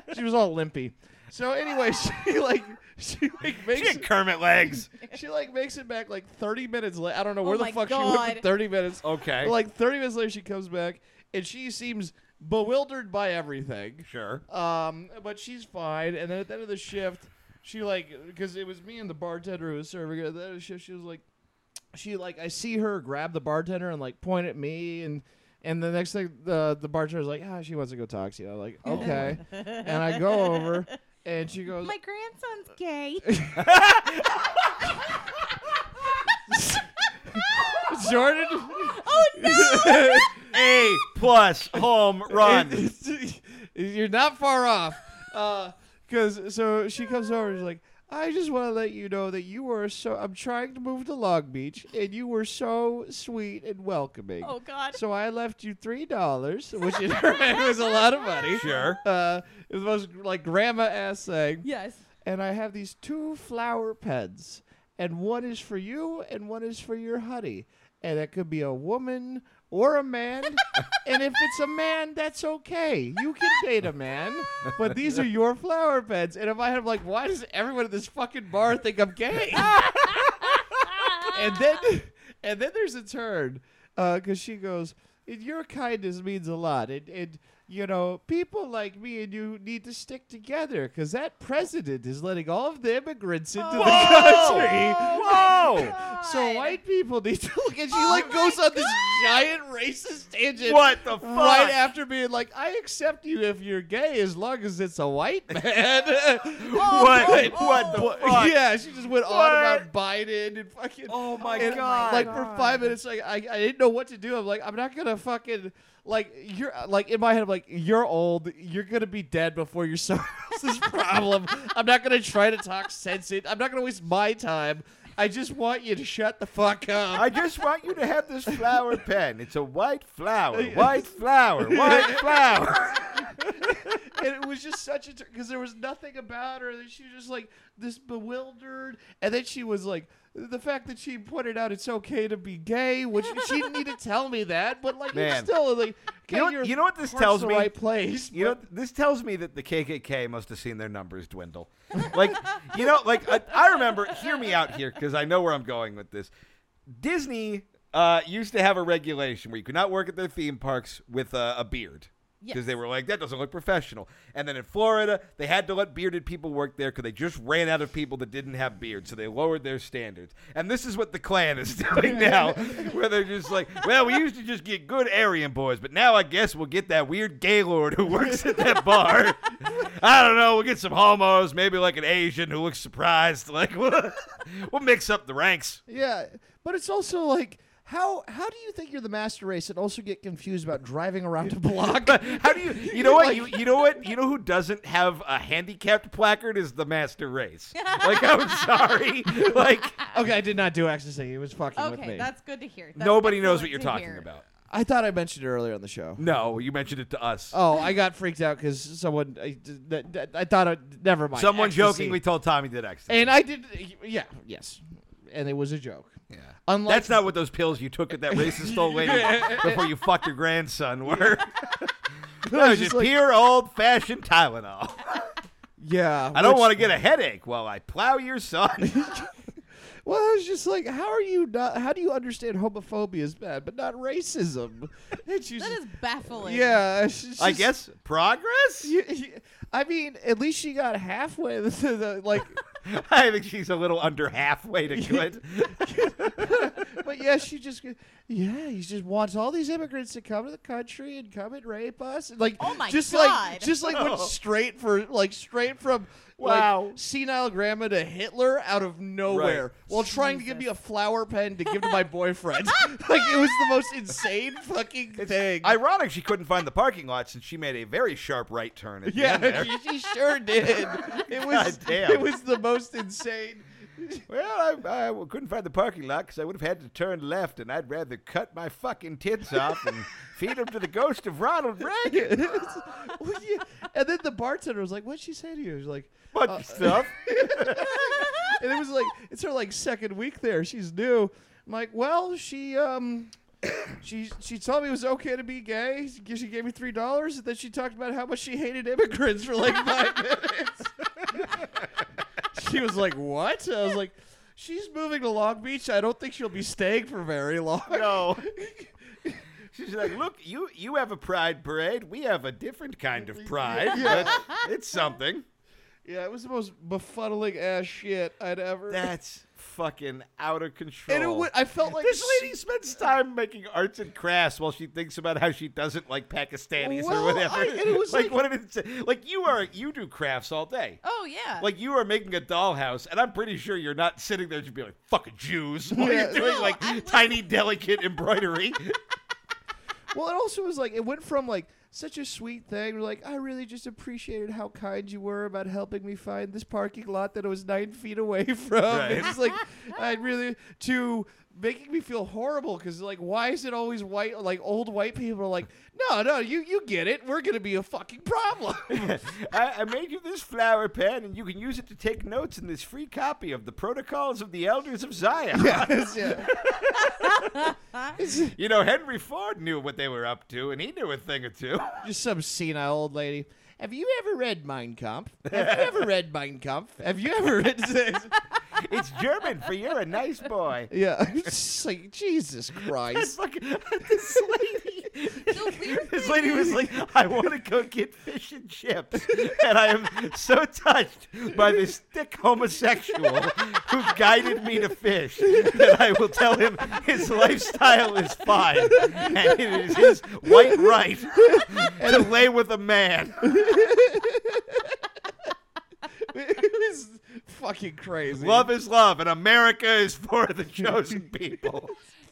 Speaker 1: you?
Speaker 2: she was all limpy. So anyway, she like she like
Speaker 1: She
Speaker 2: makes
Speaker 1: had Kermit legs.
Speaker 2: it, she like makes it back like 30 minutes later. I don't know
Speaker 3: Oh
Speaker 2: where the
Speaker 3: my
Speaker 2: fuck she went for
Speaker 3: God.
Speaker 2: 30 minutes.
Speaker 1: Okay.
Speaker 2: But, Like 30 minutes later she comes back and she seems bewildered by everything.
Speaker 1: sure.
Speaker 2: Um, but she's fine. And then at the end of the shift, she like because it was me and the bartender who was serving. her. At the end of the shift, she was like, she like I see her grab the bartender and like point at me and. And the next thing, the the bartender's like, ah, she wants to go talk to you. I'm like, okay. and I go over, and she goes,
Speaker 3: My grandson's gay.
Speaker 2: "Ah, Jordan.
Speaker 1: A plus home run.
Speaker 2: You're not far off. Because so she comes over and she's like, I just want to let you know that you were so. I'm trying to move to Long Beach, and you were so sweet and welcoming.
Speaker 3: Oh God.
Speaker 2: So I left you three dollars, which in her head was a lot of money.
Speaker 1: Sure.
Speaker 2: Uh, it was the most like grandma ass thing.
Speaker 3: yes.
Speaker 2: And I have these two flower pens, and one is for you, and one is for your honey. And it could be a woman or a man. and if it's a man, that's okay. You can date a man. But these are your flower pens. And if I had like, why does everyone at this fucking bar think I'm gay? and then and then there's a turn because she goes "And your kindness means a lot and, and you know people like me and you need to stick together because that president is letting all of the immigrants into the country
Speaker 1: Whoa!
Speaker 2: so white people need to look and she
Speaker 3: Oh
Speaker 2: like
Speaker 3: my
Speaker 2: goes on this giant racist tangent
Speaker 1: What the fuck?
Speaker 2: Right after being like, I accept you if you're gay as long as it's a white man.
Speaker 1: What?
Speaker 2: But-
Speaker 1: What the fuck?
Speaker 2: Yeah, she just went on about Biden and fucking.
Speaker 1: Oh my
Speaker 2: and,
Speaker 1: god!
Speaker 2: Like for five minutes, like I, I didn't know what to do. I'm like, I'm not gonna fucking like you're like in my head. I'm like, you're old. You're gonna be dead before your son has this problem. I'm not gonna try to talk sense it. I'm not gonna waste my time. I just want you to shut the fuck up.
Speaker 1: I just want you to have this flower pen. It's a white flower, white flower, white flower.
Speaker 2: and it was just such a because there was nothing about her that she was just like this bewildered and then she was like the fact that she pointed out it's okay to be gay which she didn't need to tell me that but like
Speaker 1: Man.
Speaker 2: it's still like okay,
Speaker 1: You know what-
Speaker 2: your
Speaker 1: you know what this
Speaker 2: heart's
Speaker 1: tells
Speaker 2: the
Speaker 1: me?
Speaker 2: right place
Speaker 1: You know, this tells me that the KKK must have seen their numbers dwindle. Like, you know, like I, I remember. Hear me out here, because I know where I'm going with this. Disney uh, used to have a regulation where you could not work at their theme parks with uh, a beard. Because
Speaker 3: Yes.
Speaker 1: they were like, that doesn't look professional. And then in Florida, they had to let bearded people work there because they just ran out of people that didn't have beards. So they lowered their standards. And this is what the Klan is doing now, where they're just like, well, we used to just get good Aryan boys, but now I guess we'll get that weird gaylord who works at that bar. I don't know. We'll get some homos, maybe like an Asian who looks surprised. Like, we'll, we'll mix up the ranks.
Speaker 2: yeah but it's also like how how do you think you're the master race and also get confused about driving around a block
Speaker 1: How do you? You know what?
Speaker 2: Like-
Speaker 1: you, you know what? You know who doesn't have a handicapped placard is the master race. Like I'm sorry. Like
Speaker 2: okay i did not do ecstasy it was fucking with me
Speaker 3: Okay, that's good to hear. That's
Speaker 1: nobody knows what you're
Speaker 3: excellent to
Speaker 1: talking
Speaker 3: hear.
Speaker 1: about.
Speaker 2: i thought i mentioned it earlier on the show
Speaker 1: No, you mentioned it to us.
Speaker 2: Oh, I got freaked out because someone. I, that, that- I thought. I, never mind.
Speaker 1: Someone
Speaker 2: Ecstasy.
Speaker 1: jokingly told Tommy did ecstasy.
Speaker 2: And I did. Yeah. Yes. And it was a joke.
Speaker 1: yeah.
Speaker 2: Unlike
Speaker 1: That's not what those pills you took at that racist old lady before you fucked your grandson were. that was
Speaker 2: just
Speaker 1: just
Speaker 2: like-
Speaker 1: pure old fashioned Tylenol.
Speaker 2: Yeah.
Speaker 1: I don't want to get a headache while I plow your son.
Speaker 2: Well, I was just like, how are you not? How do you understand homophobia is bad, but not racism? And she's
Speaker 3: That
Speaker 2: just-
Speaker 3: is baffling.
Speaker 2: Yeah. she's
Speaker 1: I
Speaker 2: just-
Speaker 1: guess progress.
Speaker 2: You, you- I mean, at least she got halfway to the like.
Speaker 1: I think she's a little under halfway to good.
Speaker 2: but yeah, she just. go- Yeah, he just wants all these immigrants to come to the country and come and rape us. Like,
Speaker 3: Oh my
Speaker 2: just like
Speaker 3: God.
Speaker 2: just like went straight for like straight from like,
Speaker 1: Wow.
Speaker 2: senile grandma to Hitler out of nowhere
Speaker 1: Right.
Speaker 2: while trying to give me a flower pen to give to my boyfriend. like it was the most insane fucking thing.
Speaker 1: Ironic she couldn't find the parking lot since she made a very sharp right turn at the end
Speaker 2: yeah,
Speaker 1: there.
Speaker 2: she, she sure did. It was
Speaker 1: God damn.
Speaker 2: it was the most insane
Speaker 1: Well, I, I couldn't find the parking lot because I would have had to turn left, and I'd rather cut my fucking tits off and feed them to the ghost of Ronald Reagan.
Speaker 2: Well, yeah. And then the bartender was like, "What'd she say to you?" She was like,
Speaker 1: Bunch
Speaker 2: Uh,
Speaker 1: of stuff.
Speaker 2: and it was like it's her like second week there. She's new. I'm like, well, she um, she she told me it was okay to be gay. She gave me three dollars, and then she talked about how much she hated immigrants for like five minutes. she was like, what? I was like, she's moving to Long Beach. I don't think she'll be staying for very long.
Speaker 1: No. She's like, look, you you have a pride parade. We have a different kind of pride. but it's something.
Speaker 2: Yeah, it was the most befuddling ass shit I'd ever.
Speaker 1: That's fucking out of control.
Speaker 2: and it would, I felt like
Speaker 1: this lady spends time making arts and crafts while she thinks about how she doesn't like Pakistanis
Speaker 2: Well,
Speaker 1: or whatever.
Speaker 2: I- and it was
Speaker 1: like,
Speaker 2: like-
Speaker 1: what did it say? Like you are you do crafts all day.
Speaker 3: Oh yeah.
Speaker 1: Like you are making a dollhouse, and I'm pretty sure you're not sitting there just being like "fucking Jews." While
Speaker 2: Yeah,
Speaker 1: you're doing
Speaker 3: no,
Speaker 1: like
Speaker 3: I'm
Speaker 1: tiny, delicate embroidery.
Speaker 2: Well, it also was like it went from like such a sweet thing. We're like, I really just appreciated how kind you were about helping me find this parking lot that I was nine feet away from.
Speaker 1: Right.
Speaker 2: It's just like I really to making me feel horrible because like why is it always white like old white people are like no no you you get it we're gonna be a fucking problem
Speaker 1: I, I made you this flower pen, and you can use it to take notes in this free copy of the Protocols of the Elders of Zion.
Speaker 2: It's- yeah.
Speaker 1: You know, Henry Ford knew what they were up to, and he knew a thing or two.
Speaker 2: just some senile old lady have you ever read Mein Kampf have you ever read Mein Kampf have you ever read
Speaker 1: It's German for you're a nice boy.
Speaker 2: yeah it's like Jesus
Speaker 1: It's
Speaker 2: Christ
Speaker 1: like this lady.
Speaker 3: The weird
Speaker 1: This
Speaker 3: thing
Speaker 1: lady was
Speaker 3: is-
Speaker 1: like, I want to go get fish and chips. And I am so touched by this thick homosexual who guided me to fish that I will tell him his lifestyle is fine. And it is his white right to lay with a man.
Speaker 2: it was fucking crazy.
Speaker 1: Love is love, and America is for the chosen people.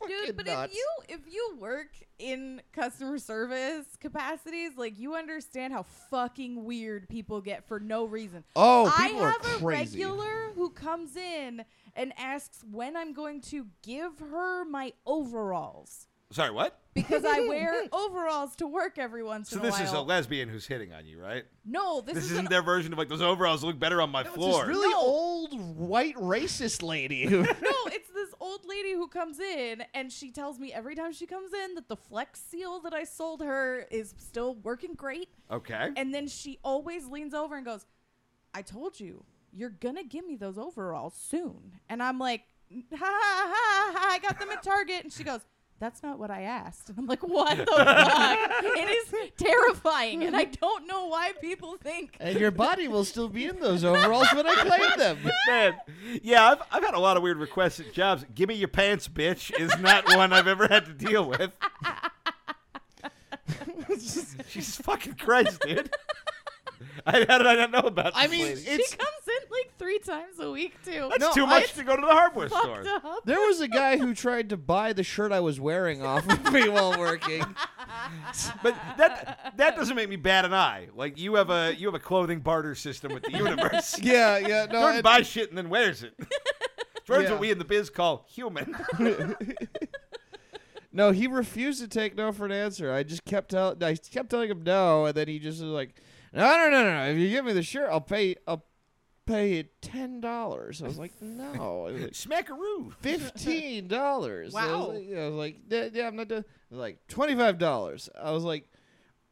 Speaker 3: Dude, but if you if you work in customer service capacities, like you understand how fucking weird people get for no reason.
Speaker 2: oh,
Speaker 3: I
Speaker 2: people
Speaker 3: have
Speaker 2: are
Speaker 3: a
Speaker 2: crazy.
Speaker 3: regular who comes in and asks when I'm going to give her my overalls
Speaker 1: Sorry, what?
Speaker 3: because I wear overalls to work every once
Speaker 1: So
Speaker 3: in a
Speaker 1: this
Speaker 3: while.
Speaker 1: is a lesbian who's hitting on you, right?
Speaker 3: no, this,
Speaker 1: This
Speaker 3: is
Speaker 1: isn't
Speaker 3: an
Speaker 1: their version of like those overalls look better on my
Speaker 2: It's this
Speaker 1: floor.
Speaker 2: really
Speaker 3: No.
Speaker 2: old white racist lady. who-
Speaker 3: no, it's this old lady who comes in and she tells me every time she comes in that the Flex Seal that I sold her is still working great.
Speaker 1: Okay.
Speaker 3: And then she always leans over and goes, I told you, you're going to give me those overalls soon. And I'm like, ha ha ha, ha I got them at Target. And she goes, that's not what I asked. And I'm like, what the fuck? It is terrifying. And I don't know why people think.
Speaker 2: and your body will still be in those overalls when I claim them.
Speaker 1: Man, yeah, I've, I've had a lot of weird requests at jobs. Give me your pants, bitch, is not one I've ever had to deal with. Jesus fucking Christ, dude. I, how did I not know about
Speaker 2: I
Speaker 1: this
Speaker 2: mean,
Speaker 1: lady?
Speaker 2: it's
Speaker 3: she comes in like three times a week, too.
Speaker 1: That's
Speaker 2: no,
Speaker 1: too
Speaker 2: I-
Speaker 1: much to go to the hardware store.
Speaker 3: fucked up.
Speaker 2: there was a guy who tried to buy the shirt I was wearing off of me while working.
Speaker 1: But that that doesn't make me bat an eye. Like you have a you have a clothing barter system with the universe.
Speaker 2: Yeah, yeah, no.
Speaker 1: Jordan
Speaker 2: and-
Speaker 1: buys shit and then wears it. Jordan's
Speaker 2: Yeah.
Speaker 1: what we in the biz call human.
Speaker 2: No, he refused to take no for an answer. I just kept tell I kept telling him no, and then he just was like, "No, no, no, no! no. If you give me the shirt, I'll pay. I'll pay you ten dollars." I was like, "No, It was
Speaker 1: Smackaroo.
Speaker 2: fifteen dollars." I
Speaker 3: Wow.
Speaker 2: was like, I was like, "Yeah, yeah, I'm not doing." I was Like twenty five dollars. I was like,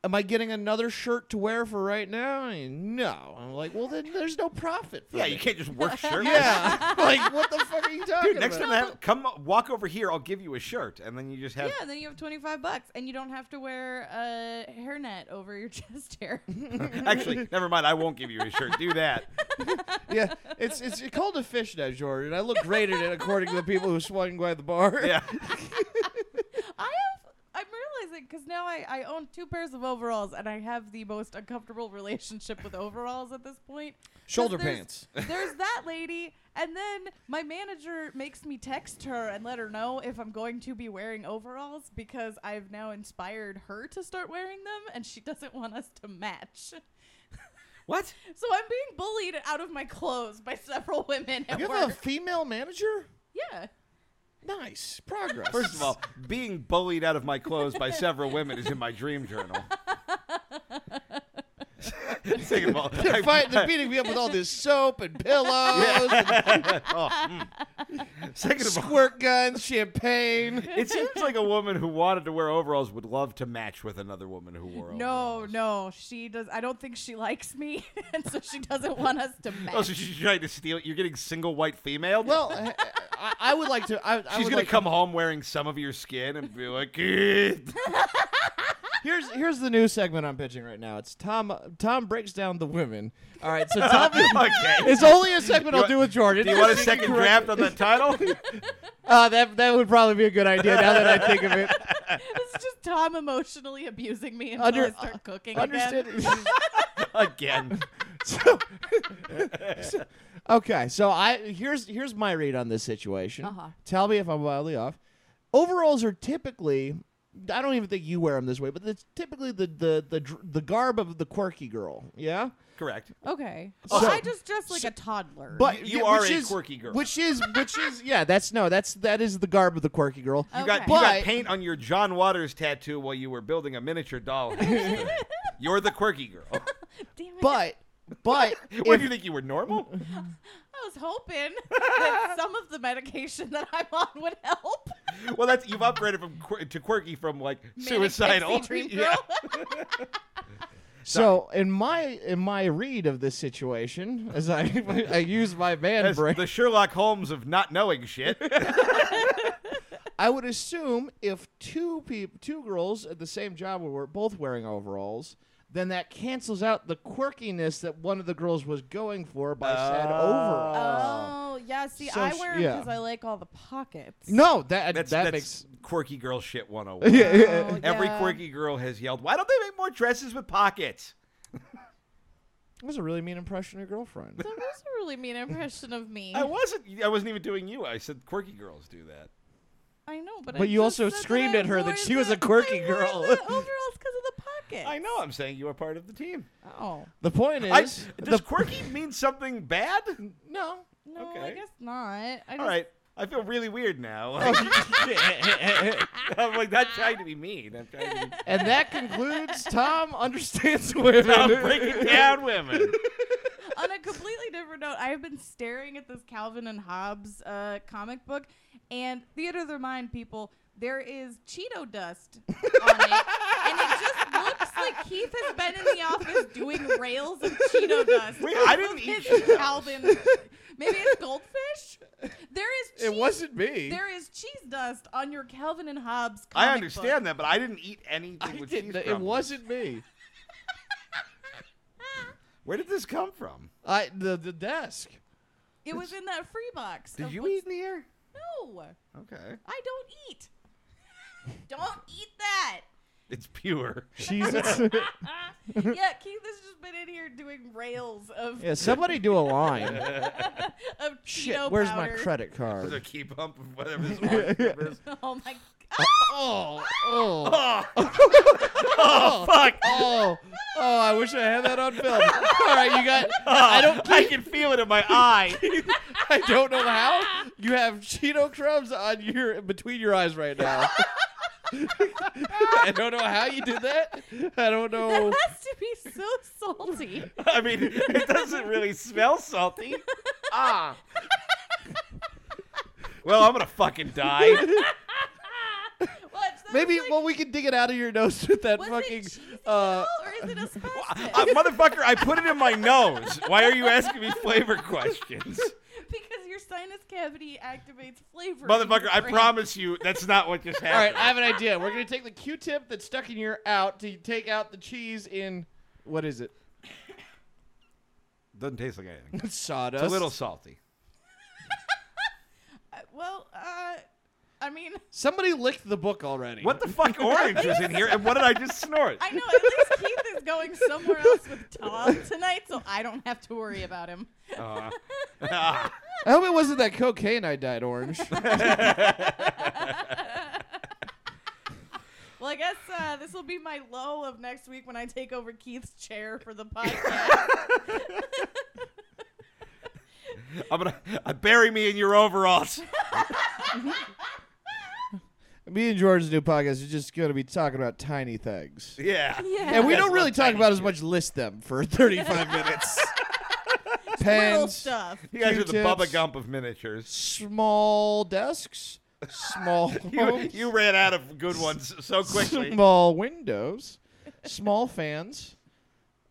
Speaker 2: "Am I getting another shirt to wear for right now?" And no. I'm like, "Well, then there's no profit." For
Speaker 1: Yeah,
Speaker 2: me.
Speaker 1: you can't just work shirtless.
Speaker 2: Yeah, like what the fuck are you talking
Speaker 1: Dude, next
Speaker 2: about?
Speaker 1: time I have, come walk over here. I'll give you a shirt, and then you just have.
Speaker 3: Yeah, then you have 25 bucks and you don't have to wear a hairnet over your chest hair.
Speaker 1: Actually, never mind. I won't give you a shirt. Do that.
Speaker 2: yeah, it's it's called a fishnet, Jordan. I look great at it, according to the people who swung by the bar.
Speaker 1: Yeah.
Speaker 3: I have. I'm realizing because now I, I own two pairs of overalls and I have the most uncomfortable relationship with overalls at this point. 'Cause
Speaker 2: Shoulder
Speaker 3: there's-
Speaker 2: pants.
Speaker 3: There's that lady, and then my manager makes me text her and let her know if I'm going to be wearing overalls because I've now inspired her to start wearing them, and she doesn't want us to match.
Speaker 1: What?
Speaker 3: So I'm being bullied out of my clothes by several women at
Speaker 2: You have a
Speaker 3: work.
Speaker 2: female manager?
Speaker 3: yeah.
Speaker 2: Nice progress.
Speaker 1: First of all, being bullied out of my clothes by several women is in my dream journal. Second of all,
Speaker 2: they're,
Speaker 1: I-
Speaker 2: fight, they're beating me up with all this soap and pillows,
Speaker 1: second of all,
Speaker 2: squirt guns, champagne.
Speaker 1: it seems like a woman who wanted to wear overalls would love to match with another woman who wore
Speaker 3: No,
Speaker 1: overalls.
Speaker 3: no, she does. I don't think she likes me, and so she doesn't want us to match.
Speaker 1: Oh, so she's trying to steal. You're getting single white female.
Speaker 2: Well, I, I- I would like to. I, I
Speaker 1: she's
Speaker 2: would
Speaker 1: gonna
Speaker 2: like to-
Speaker 1: come home wearing some of your skin and be like, "Eh."
Speaker 2: Here's here's the new segment I'm pitching right now. It's Tom. Tom breaks down the women. All right, so Tom.
Speaker 1: "Okay."
Speaker 2: It's only a segment
Speaker 1: You
Speaker 2: I'll
Speaker 1: want-
Speaker 2: do with Jordan.
Speaker 1: Do you want a second draft on the title?
Speaker 2: Uh, that that would probably be a good idea. Now that I think of it,
Speaker 3: this is just Tom emotionally abusing me until
Speaker 2: Under-
Speaker 3: I start cooking
Speaker 2: understand.
Speaker 3: again.
Speaker 1: Again.
Speaker 2: so, so- okay, so I here's here's my read on this situation.
Speaker 3: Uh-huh.
Speaker 2: Tell me if I'm wildly off. Overalls are typically. I don't even think you wear them this way, but it's typically the the the dr- the garb of the quirky girl. Yeah.
Speaker 1: Correct.
Speaker 3: Okay.
Speaker 2: So-
Speaker 3: Well, I just dress like
Speaker 2: so-
Speaker 3: a toddler.
Speaker 2: But
Speaker 1: You- you
Speaker 2: yeah,
Speaker 1: are
Speaker 2: which
Speaker 1: a
Speaker 2: is-
Speaker 1: quirky girl.
Speaker 2: Which is which is yeah. That's no. That's that is the garb of the quirky girl.
Speaker 1: You got,
Speaker 3: Okay.
Speaker 1: you got
Speaker 2: But-
Speaker 1: paint on your John Waters tattoo while you were building a miniature doll. You're the quirky girl.
Speaker 3: Damn it.
Speaker 2: But but
Speaker 1: What
Speaker 2: if-
Speaker 1: do you think you were normal?
Speaker 3: I was hoping that some of the medication that I'm on would help.
Speaker 1: Well, that's you've upgraded from quir- to quirky from like
Speaker 3: Manic
Speaker 1: suicidal.
Speaker 3: pixie dream
Speaker 1: Yeah.
Speaker 3: girl.
Speaker 2: so in my in my read of this situation, as I I use my man
Speaker 1: That's
Speaker 2: brain,
Speaker 1: the Sherlock Holmes of not knowing shit.
Speaker 2: I would assume if two peop two girls at the same job were both wearing overalls, then that cancels out the quirkiness that one of the girls was going for by said
Speaker 1: Oh.
Speaker 2: overall.
Speaker 3: Oh yeah, see,
Speaker 2: So
Speaker 3: I
Speaker 2: sh-
Speaker 3: wear them
Speaker 2: yeah.
Speaker 3: because I like all the pockets.
Speaker 2: No, that
Speaker 1: That's
Speaker 2: that
Speaker 1: that's
Speaker 2: makes
Speaker 1: quirky girl shit 101.
Speaker 2: Yeah, yeah,
Speaker 3: Oh,
Speaker 1: Every
Speaker 3: yeah.
Speaker 1: quirky girl has yelled, "Why don't they make more dresses with pockets?"
Speaker 2: that was a really mean impression of your girlfriend.
Speaker 3: That was a really mean impression of me.
Speaker 1: I wasn't. I wasn't even doing you. I said quirky girls do that.
Speaker 3: I know, but I
Speaker 2: But you
Speaker 3: just
Speaker 2: also
Speaker 3: said that
Speaker 2: screamed
Speaker 3: I
Speaker 2: at her that
Speaker 3: wore
Speaker 2: she was
Speaker 3: the-
Speaker 2: a quirky
Speaker 3: I wore
Speaker 2: girl.
Speaker 3: the overalls because of the pocket.
Speaker 1: I know. I'm saying you are part of the team.
Speaker 3: Oh
Speaker 2: The point
Speaker 1: I,
Speaker 2: is,
Speaker 1: does
Speaker 2: the,
Speaker 1: quirky mean something bad?
Speaker 2: no.
Speaker 3: no, I
Speaker 1: Okay.
Speaker 3: guess not. I just,
Speaker 1: All right. I feel really weird
Speaker 2: Oh.
Speaker 1: now. I'm like not trying to be mean. I'm trying to be
Speaker 2: And that concludes Tom understands women.
Speaker 1: I'm breaking down women.
Speaker 3: On a completely different note, I have been staring at this Calvin and Hobbes uh, comic book, and theater of the mind people. There is Cheeto dust on it, and it just looks like Keith has been in the office doing rails of Cheeto dust.
Speaker 1: Wait, I didn't
Speaker 3: Of
Speaker 1: eat
Speaker 3: his
Speaker 1: Cheeto Dust.
Speaker 3: Calvin. Maybe it's goldfish. There is.
Speaker 2: It
Speaker 3: cheese-
Speaker 2: wasn't me.
Speaker 3: There is cheese dust on your Calvin and Hobbes. Comic
Speaker 1: I understand that, but I didn't eat anything
Speaker 2: I
Speaker 1: with cheese
Speaker 2: didn't, it
Speaker 1: crumbles.
Speaker 2: wasn't me.
Speaker 3: Ah,
Speaker 1: Where did this come from?
Speaker 2: I the the desk.
Speaker 3: It was in that free box.
Speaker 1: Did
Speaker 3: of
Speaker 1: you
Speaker 3: what's-
Speaker 1: eat in here?
Speaker 3: No,
Speaker 1: Okay.
Speaker 3: I don't eat. don't eat that.
Speaker 1: It's pure.
Speaker 2: Jesus.
Speaker 3: yeah, Keith has just been in here doing rails of
Speaker 2: yeah, somebody do a line.
Speaker 3: of Cheeto
Speaker 2: Shit, where's my
Speaker 3: powder.
Speaker 2: credit
Speaker 1: There's a
Speaker 2: card?
Speaker 1: key pump of whatever this water is.
Speaker 3: Oh my!
Speaker 2: Oh, oh,
Speaker 1: Oh,
Speaker 2: oh,
Speaker 1: fuck.
Speaker 2: oh, oh! I wish I had that on film. All right, you got. I don't.
Speaker 1: Oh. I can feel it in my eye.
Speaker 2: Oh. I don't know how you have Cheeto crumbs on your between your eyes right now. I don't know how you did that. I don't know.
Speaker 3: That has to be so salty.
Speaker 1: I mean, it doesn't really smell salty. Ah. Well, I'm gonna fucking die.
Speaker 3: Watch, that
Speaker 2: Maybe
Speaker 3: was like,
Speaker 2: well we can dig it out of your nose with that
Speaker 3: was
Speaker 2: fucking
Speaker 3: it cheesy
Speaker 2: uh
Speaker 3: at all, or is it a
Speaker 1: Uh, motherfucker, I put it in my nose. Why are you asking me flavor questions?
Speaker 3: because your sinus cavity activates flavor. in
Speaker 1: Motherfucker,
Speaker 3: your
Speaker 1: I
Speaker 3: brain.
Speaker 1: promise you that's not what just
Speaker 2: All right,
Speaker 1: happened.
Speaker 2: I have an idea. We're going to take the Q-tip that's stuck in your out to take out the cheese in what is it?
Speaker 1: Doesn't taste like anything. It's
Speaker 2: Sawdust.
Speaker 1: a little salty.
Speaker 3: Uh, Well, uh, I mean,
Speaker 2: Somebody licked the book already.
Speaker 1: What the fuck orange was in here and what did I just snort?
Speaker 3: I know at least Keith is going somewhere else with Tom tonight, so I don't have to worry about him.
Speaker 1: Uh, ah.
Speaker 2: I hope it wasn't that cocaine I died orange.
Speaker 3: Like guess uh, this will be my low of next week when I take over Keith's chair for the podcast.
Speaker 1: I'm gonna I bury me in your overalls.
Speaker 2: Me and George's new podcast is just going to be talking about tiny things.
Speaker 1: Yeah.
Speaker 3: Yeah.
Speaker 2: And we
Speaker 1: Yes,
Speaker 2: don't really
Speaker 1: well,
Speaker 2: talk
Speaker 1: tiny
Speaker 2: about as much list them for 35 minutes.
Speaker 3: Real
Speaker 2: Pens,
Speaker 3: stuff.
Speaker 1: You guys are the
Speaker 2: Q-tips.
Speaker 1: Bubba Gump of miniatures.
Speaker 2: small desks, small
Speaker 1: You,
Speaker 2: homes,
Speaker 1: you ran out of good ones so quickly.
Speaker 2: small windows, small fans,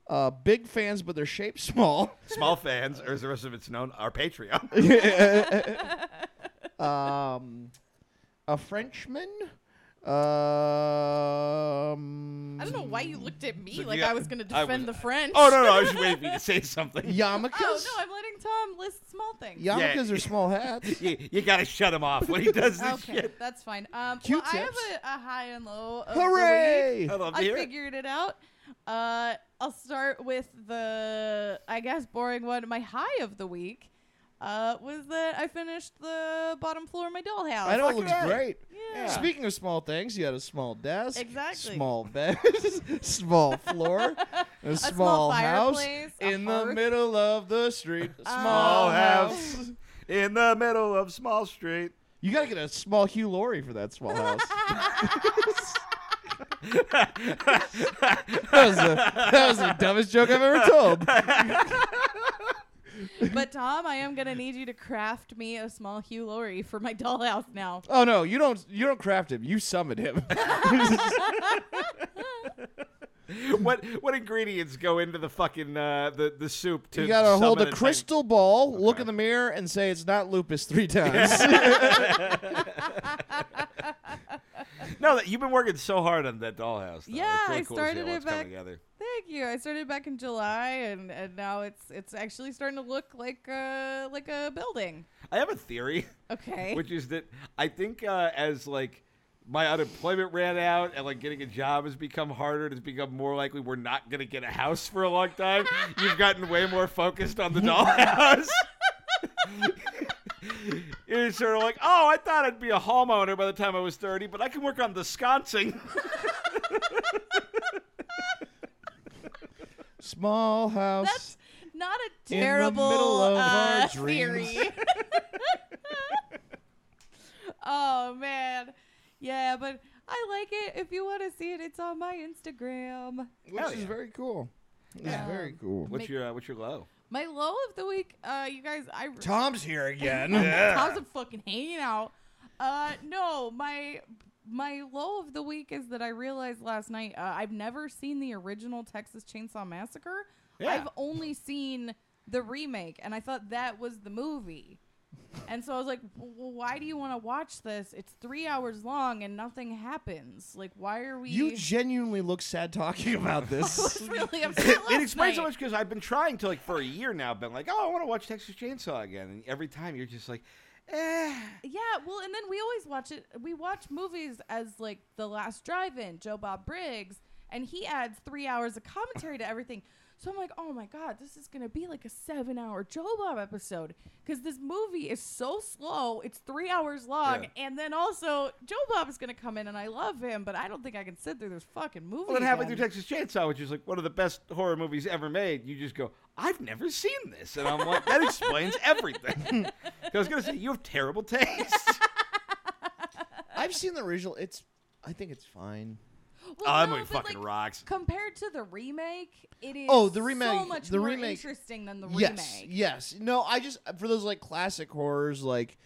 Speaker 2: uh, big fans, but they're shaped small.
Speaker 1: Small fans, or as the rest of it's known, our Patreon.
Speaker 2: um, a Frenchman. Um,
Speaker 3: I don't know why you looked at me
Speaker 1: So
Speaker 3: like
Speaker 1: yeah,
Speaker 3: I was going to
Speaker 1: I
Speaker 3: defend
Speaker 1: was-
Speaker 3: the French.
Speaker 1: Oh no no! I was just waiting for you to say something.
Speaker 2: Yarmulkes.
Speaker 3: Oh, no, I'm letting Tom list small things.
Speaker 2: Yarmulkes
Speaker 1: Yeah.
Speaker 2: are small hats.
Speaker 1: You, you gotta shut him off when he does this
Speaker 3: Okay,
Speaker 1: shit.
Speaker 3: that's fine. Um, well, I have
Speaker 2: Q-tips.
Speaker 3: a, a high and low. Of the week.
Speaker 2: Hooray!
Speaker 1: I love to
Speaker 3: I
Speaker 1: hear it.
Speaker 3: figured it out. Uh, I'll start with the, I guess, boring one. My high of the week uh, was that I finished the bottom floor of my dollhouse.
Speaker 2: I know it
Speaker 1: fucking
Speaker 2: looks
Speaker 1: right.
Speaker 2: great.
Speaker 3: Yeah.
Speaker 2: Speaking of small things, you had a small desk,
Speaker 3: Exactly.
Speaker 2: small bed, small floor, a small,
Speaker 3: small
Speaker 2: house
Speaker 3: fireplace, a
Speaker 2: in the
Speaker 3: hearth.
Speaker 2: middle of the street.
Speaker 1: Small
Speaker 2: Small
Speaker 3: Oh.
Speaker 1: house
Speaker 2: house.
Speaker 1: in the middle of small street.
Speaker 2: You gotta get a small Hugh Laurie for that small house. that, was the, that was the dumbest joke I've ever told.
Speaker 3: but Tom, I am gonna need you to craft me a small Hugh Laurie for my dollhouse now.
Speaker 2: Oh no, you don't you don't craft him. You summon him.
Speaker 1: What what ingredients go into the fucking uh, the the soup? To
Speaker 2: you gotta hold
Speaker 1: summon
Speaker 2: a
Speaker 1: thing?
Speaker 2: crystal ball, look
Speaker 1: Okay.
Speaker 2: in the mirror, and say it's not lupus three times.
Speaker 1: No, that, you've been working so hard on that dollhouse. Though.
Speaker 3: Yeah,
Speaker 1: it's really
Speaker 3: I
Speaker 1: cool to see
Speaker 3: started
Speaker 1: how
Speaker 3: it
Speaker 1: it's coming
Speaker 3: back-
Speaker 1: Together.
Speaker 3: Thank you. I started back in July, and, and now it's it's actually starting to look like a like a building.
Speaker 1: I have a theory.
Speaker 3: Okay.
Speaker 1: which is that I think uh, as like my unemployment ran out and like getting a job has become harder, and it's become more likely we're not gonna get a house for a long time. You've gotten way more focused on the dollhouse. You're sort of like, oh, I thought I'd be a homeowner by the time I was 30, but I can work on the sconcing.
Speaker 2: small house.
Speaker 3: That's not a
Speaker 2: In the
Speaker 3: terrible
Speaker 2: middle of
Speaker 3: uh,
Speaker 2: our dreams.
Speaker 3: theory. oh man, yeah, but I like it. If you want to see it, it's on my Instagram.
Speaker 2: which
Speaker 1: Hell
Speaker 2: is
Speaker 1: yeah.
Speaker 2: very cool. It's
Speaker 3: Yeah.
Speaker 2: very cool.
Speaker 1: What's
Speaker 3: Make-
Speaker 1: your uh, what's your low?
Speaker 3: My low of the week, uh, you guys, I
Speaker 2: Tom's here again.
Speaker 3: Tom's a fucking hanging out. Uh, no, my my low of the week is that I realized last night uh, I've never seen the original Texas Chainsaw Massacre.
Speaker 1: Yeah.
Speaker 3: I've only seen the remake, and I thought that was the movie. And so I was like, well, why do you want to watch this? It's three hours long and nothing happens. Like, why are we?
Speaker 2: You genuinely look sad talking about this.
Speaker 3: was really upset.
Speaker 1: it
Speaker 3: last
Speaker 1: explains so
Speaker 3: night.
Speaker 1: much because I've been trying to like for a year now, been like, oh, I want to watch Texas Chainsaw again, and every time you're just like, eh.
Speaker 3: Yeah, well, and then we always watch it. We watch movies as like The Last Drive In, Joe Bob Briggs, and he adds three hours of commentary to everything. So I'm like, oh my God, this is going to be like a seven hour Joe Bob episode because this movie is so slow. It's three hours long.
Speaker 1: Yeah.
Speaker 3: And then also, Joe Bob is going to come in, and I love him, but I don't think I can sit through this fucking movie.
Speaker 1: Well, then halfway
Speaker 3: again.
Speaker 1: through Texas Chainsaw, which is like one of the best horror movies ever made, you just go, I've never seen this. And I'm like, that explains everything. 'Cause I was going to say, you have terrible taste.
Speaker 2: I've seen the original. It's I think it's fine.
Speaker 3: Well,
Speaker 1: that
Speaker 3: no,
Speaker 1: movie
Speaker 3: but,
Speaker 1: fucking
Speaker 3: like,
Speaker 1: rocks.
Speaker 3: Compared to the remake, it is
Speaker 2: Oh, the remake-
Speaker 3: so much
Speaker 2: the
Speaker 3: more
Speaker 2: remake-
Speaker 3: interesting than the
Speaker 2: Yes.
Speaker 3: remake.
Speaker 2: Yes. No, I just for those like classic horrors like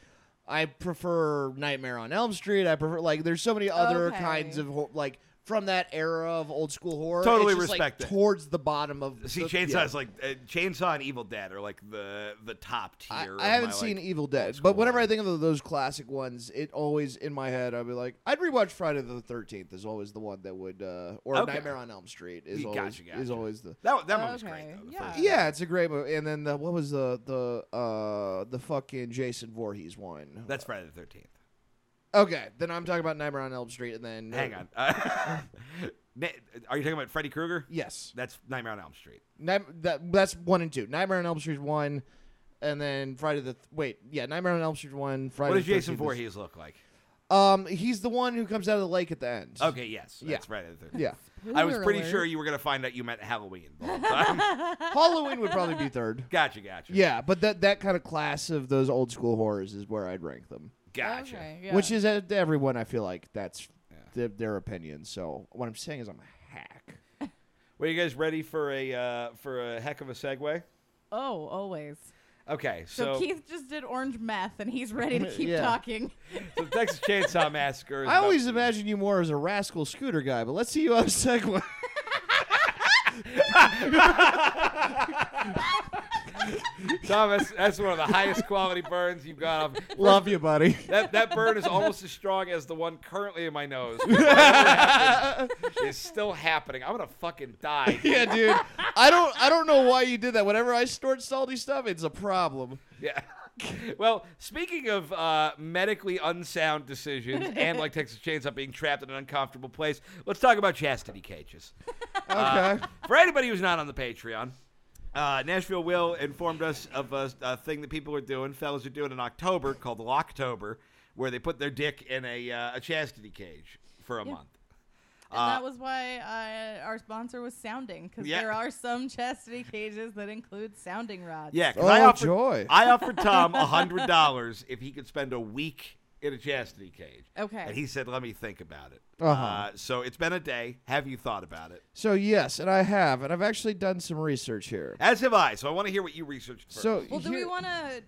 Speaker 2: I prefer Nightmare on Elm Street. I prefer like there's so many other
Speaker 3: Okay.
Speaker 2: kinds of hor- like from that era of old school horror.
Speaker 1: Totally
Speaker 2: it's just, like,
Speaker 1: respect it.
Speaker 2: towards the bottom of
Speaker 1: See,
Speaker 2: the-
Speaker 1: Chainsaw's
Speaker 2: yeah.
Speaker 1: like, uh, Chainsaw and Evil Dead are like the the top tier.
Speaker 2: I,
Speaker 1: of
Speaker 2: I haven't
Speaker 1: my,
Speaker 2: seen
Speaker 1: like-
Speaker 2: Evil
Speaker 1: old
Speaker 2: Dead,
Speaker 1: school
Speaker 2: but whenever I
Speaker 1: ones.
Speaker 2: think of those classic ones, it always in my head I'd be like, I'd rewatch Friday the Thirteenth is always the one that would, uh, or
Speaker 1: Okay.
Speaker 2: Nightmare on Elm Street is
Speaker 1: You-
Speaker 2: always
Speaker 1: gotcha,
Speaker 2: is
Speaker 1: gotcha.
Speaker 2: always the. Oh,
Speaker 1: That, that one was great,
Speaker 3: Okay,
Speaker 1: though. the
Speaker 3: yeah.
Speaker 1: first one.
Speaker 2: Yeah, it's a great movie. And then the, what was the the uh the fucking Jason Voorhees one?
Speaker 1: That's Friday the 13th.
Speaker 2: okay. Then I'm talking about Nightmare on Elm Street, and then
Speaker 1: Hang on. Uh, Na- are you talking about Freddy Krueger?
Speaker 2: Yes,
Speaker 1: That's Nightmare on Elm Street.
Speaker 2: Night- that that's one and two. Nightmare on Elm Street is one, and then Friday the th- wait, yeah, Nightmare on Elm Street one. Friday.
Speaker 1: What does
Speaker 2: the
Speaker 1: Jason
Speaker 2: 13th is-
Speaker 1: Voorhees look like?
Speaker 2: Um, he's the one who comes out of the lake at the end.
Speaker 1: Okay, yes,
Speaker 2: Yeah.
Speaker 1: that's Friday the 13th.
Speaker 2: Yeah.
Speaker 1: I was pretty
Speaker 4: Spoiler
Speaker 1: sure
Speaker 4: alert.
Speaker 1: you were going to find out you meant Halloween. the whole time.
Speaker 2: Halloween would probably be third.
Speaker 1: gotcha, gotcha.
Speaker 2: Yeah, but that that kind of class of those old school horrors is where I'd rank them.
Speaker 1: Gotcha.
Speaker 3: Okay, yeah.
Speaker 2: Which is uh, everyone. I feel like that's
Speaker 1: Yeah.
Speaker 2: their, their opinion. So what I'm saying is I'm a hack.
Speaker 1: Well, you guys ready for a uh, for a heck of a segue?
Speaker 3: oh, always.
Speaker 1: Okay,
Speaker 3: So,
Speaker 1: so,
Speaker 3: Keith just did orange meth, and he's ready to keep
Speaker 2: Yeah.
Speaker 3: talking.
Speaker 1: so the Texas Chainsaw Massacre. is
Speaker 2: I
Speaker 1: about-
Speaker 2: always imagine you more as a rascal scooter guy, but let's see you on a segue.
Speaker 1: Thomas. That's one of the highest quality burns you've got. Off.
Speaker 2: Love you, buddy.
Speaker 1: That that burn is almost as strong as the one currently in my nose. Whatever happened is still happening. I'm gonna fucking die.
Speaker 2: yeah, dude. I don't I don't know why you did that. Whenever I snort salty stuff, it's a problem.
Speaker 1: Yeah. Well, speaking of uh, medically unsound decisions and like Texas Chainsaw being trapped in an uncomfortable place, let's talk about chastity cages.
Speaker 2: Okay.
Speaker 1: For anybody who's not on the Patreon, uh, Nashville Will informed us of a, a thing that people are doing, fellas are doing in October called Locktober, where they put their dick in a, uh, a chastity cage for a month.
Speaker 3: And
Speaker 1: Uh,
Speaker 3: that was why uh, our sponsor was sounding, because
Speaker 1: Yeah.
Speaker 3: there are some chastity cages that include sounding rods.
Speaker 1: Yeah, 'cause
Speaker 2: Oh,
Speaker 1: I offered,
Speaker 2: joy.
Speaker 1: I offered Tom hundred dollars if he could spend a week in a chastity cage.
Speaker 3: Okay.
Speaker 1: and he said, "Let me think about it." uh
Speaker 2: Uh-huh.
Speaker 1: so it's been a day. Have you thought about it?
Speaker 2: So yes, and I have, and I've actually done some research here.
Speaker 1: As have I. So I want to hear what you researched first.
Speaker 2: So
Speaker 3: Well, do we
Speaker 2: here-
Speaker 3: want to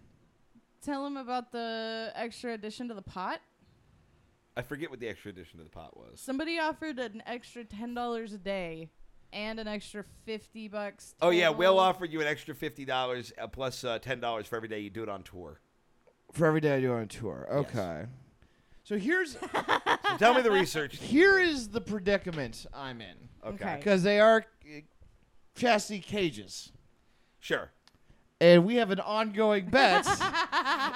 Speaker 3: tell him about the extra addition to the pot?
Speaker 1: I forget what the extra addition to the pot was.
Speaker 3: Somebody offered an extra ten dollars a day, and an extra fifty bucks.
Speaker 1: Oh yeah, Will
Speaker 3: total.
Speaker 1: offered you an extra fifty dollars uh, plus uh, ten dollars for every day you do it on tour.
Speaker 2: for every day I do on tour. Okay. So here's
Speaker 1: So tell me the research.
Speaker 2: here is the predicament I'm in
Speaker 1: Okay,
Speaker 2: because they are uh, chastity cages,
Speaker 1: sure.
Speaker 2: and we have an ongoing bet.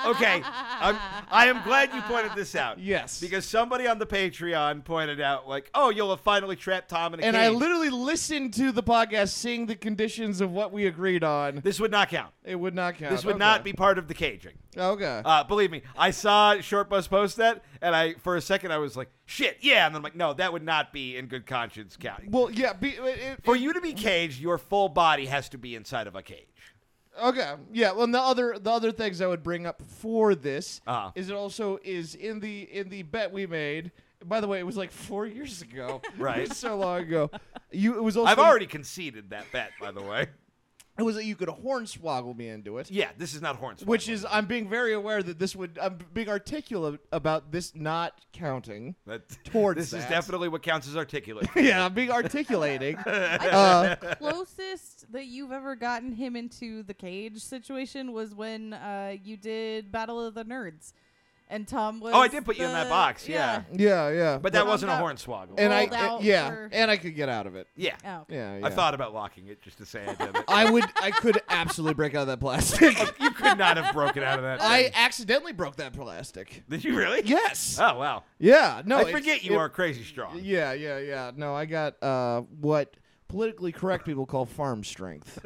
Speaker 1: Okay, I'm, I am glad you pointed this out.
Speaker 2: yes.
Speaker 1: Because somebody on the Patreon pointed out, like, "Oh, you'll have finally trapped Tom in a
Speaker 2: and
Speaker 1: cage."
Speaker 2: I literally listened to the podcast, seeing the conditions of what we agreed on.
Speaker 1: This would not count.
Speaker 2: It would not count.
Speaker 1: This would
Speaker 2: Okay.
Speaker 1: not be part of the caging.
Speaker 2: okay.
Speaker 1: Uh, believe me, I saw Short Bus post that, and I for a second I was like, "Shit, yeah," and then I'm like, "No, that would not be in good conscience counting."
Speaker 2: well, yeah. Be, it, it,
Speaker 1: For you to be caged, your full body has to be inside of a cage.
Speaker 2: Okay. Yeah. Well, and the other the other things I would bring up for this
Speaker 1: Uh-huh.
Speaker 2: is it also is in the in the bet we made. By the way, it was like four years ago.
Speaker 1: Right.
Speaker 2: It was so long ago. You. It was also.
Speaker 1: I've already conceded that bet, by the way.
Speaker 2: It was that you could hornswoggle me into it.
Speaker 1: Yeah, this is not horns.
Speaker 2: Which is, I'm being very aware that this would, I'm being articulate about this not counting.
Speaker 1: that,
Speaker 2: towards
Speaker 1: This is
Speaker 2: that.
Speaker 1: definitely what counts as articulate.
Speaker 2: Yeah, I'm being articulating. Uh,
Speaker 3: I think the closest that you've ever gotten him into the cage situation was when uh, you did Battle of the Nerds, and Tom was.
Speaker 1: Oh, I did put you in that
Speaker 3: the-
Speaker 1: box. Yeah,
Speaker 2: yeah, yeah.
Speaker 1: but that
Speaker 3: Well,
Speaker 1: wasn't a
Speaker 3: that-
Speaker 1: hornswoggle.
Speaker 2: and I,
Speaker 3: rolled out
Speaker 2: yeah,
Speaker 3: for-
Speaker 2: and I could get out of it.
Speaker 1: yeah.
Speaker 3: yeah. Oh, okay.
Speaker 2: Yeah, yeah.
Speaker 1: I thought about locking it just to say I did it.
Speaker 2: I would, I could absolutely break out of that plastic.
Speaker 1: you could not have broken out of that.
Speaker 2: I
Speaker 1: thing.
Speaker 2: accidentally broke that plastic.
Speaker 1: did you really?
Speaker 2: Yes.
Speaker 1: Oh wow.
Speaker 2: yeah. No.
Speaker 1: I
Speaker 2: it's-
Speaker 1: forget you
Speaker 2: it-
Speaker 1: are crazy strong.
Speaker 2: Yeah, yeah, yeah. No, I got uh, what politically correct people call farm strength.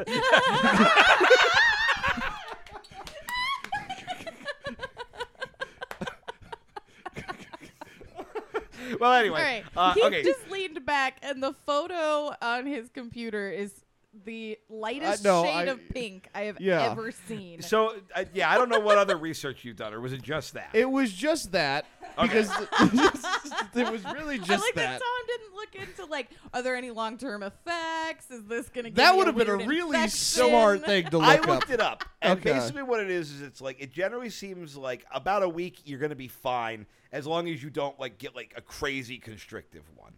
Speaker 1: Well, anyway,
Speaker 3: All right.
Speaker 1: uh,
Speaker 3: he
Speaker 1: okay.
Speaker 3: just leaned back, and the photo on his computer is the
Speaker 1: Uh,
Speaker 3: lightest
Speaker 2: no,
Speaker 3: shade
Speaker 2: I-
Speaker 3: of pink I have
Speaker 2: Yeah.
Speaker 3: ever seen.
Speaker 1: So uh, yeah, I don't know what other research you've done, or was it just that?
Speaker 2: It was just that because it was really just
Speaker 3: I
Speaker 2: that.
Speaker 3: like that. Tom didn't look into like, are there any long term effects? Is this gonna? Give
Speaker 2: That
Speaker 3: would have
Speaker 2: been a really smart thing to
Speaker 1: I
Speaker 2: look up.
Speaker 1: looked it up, and
Speaker 2: Okay.
Speaker 1: basically what it is is it's like it generally seems like about a week you're gonna be fine as long as you don't like get like a crazy constrictive one.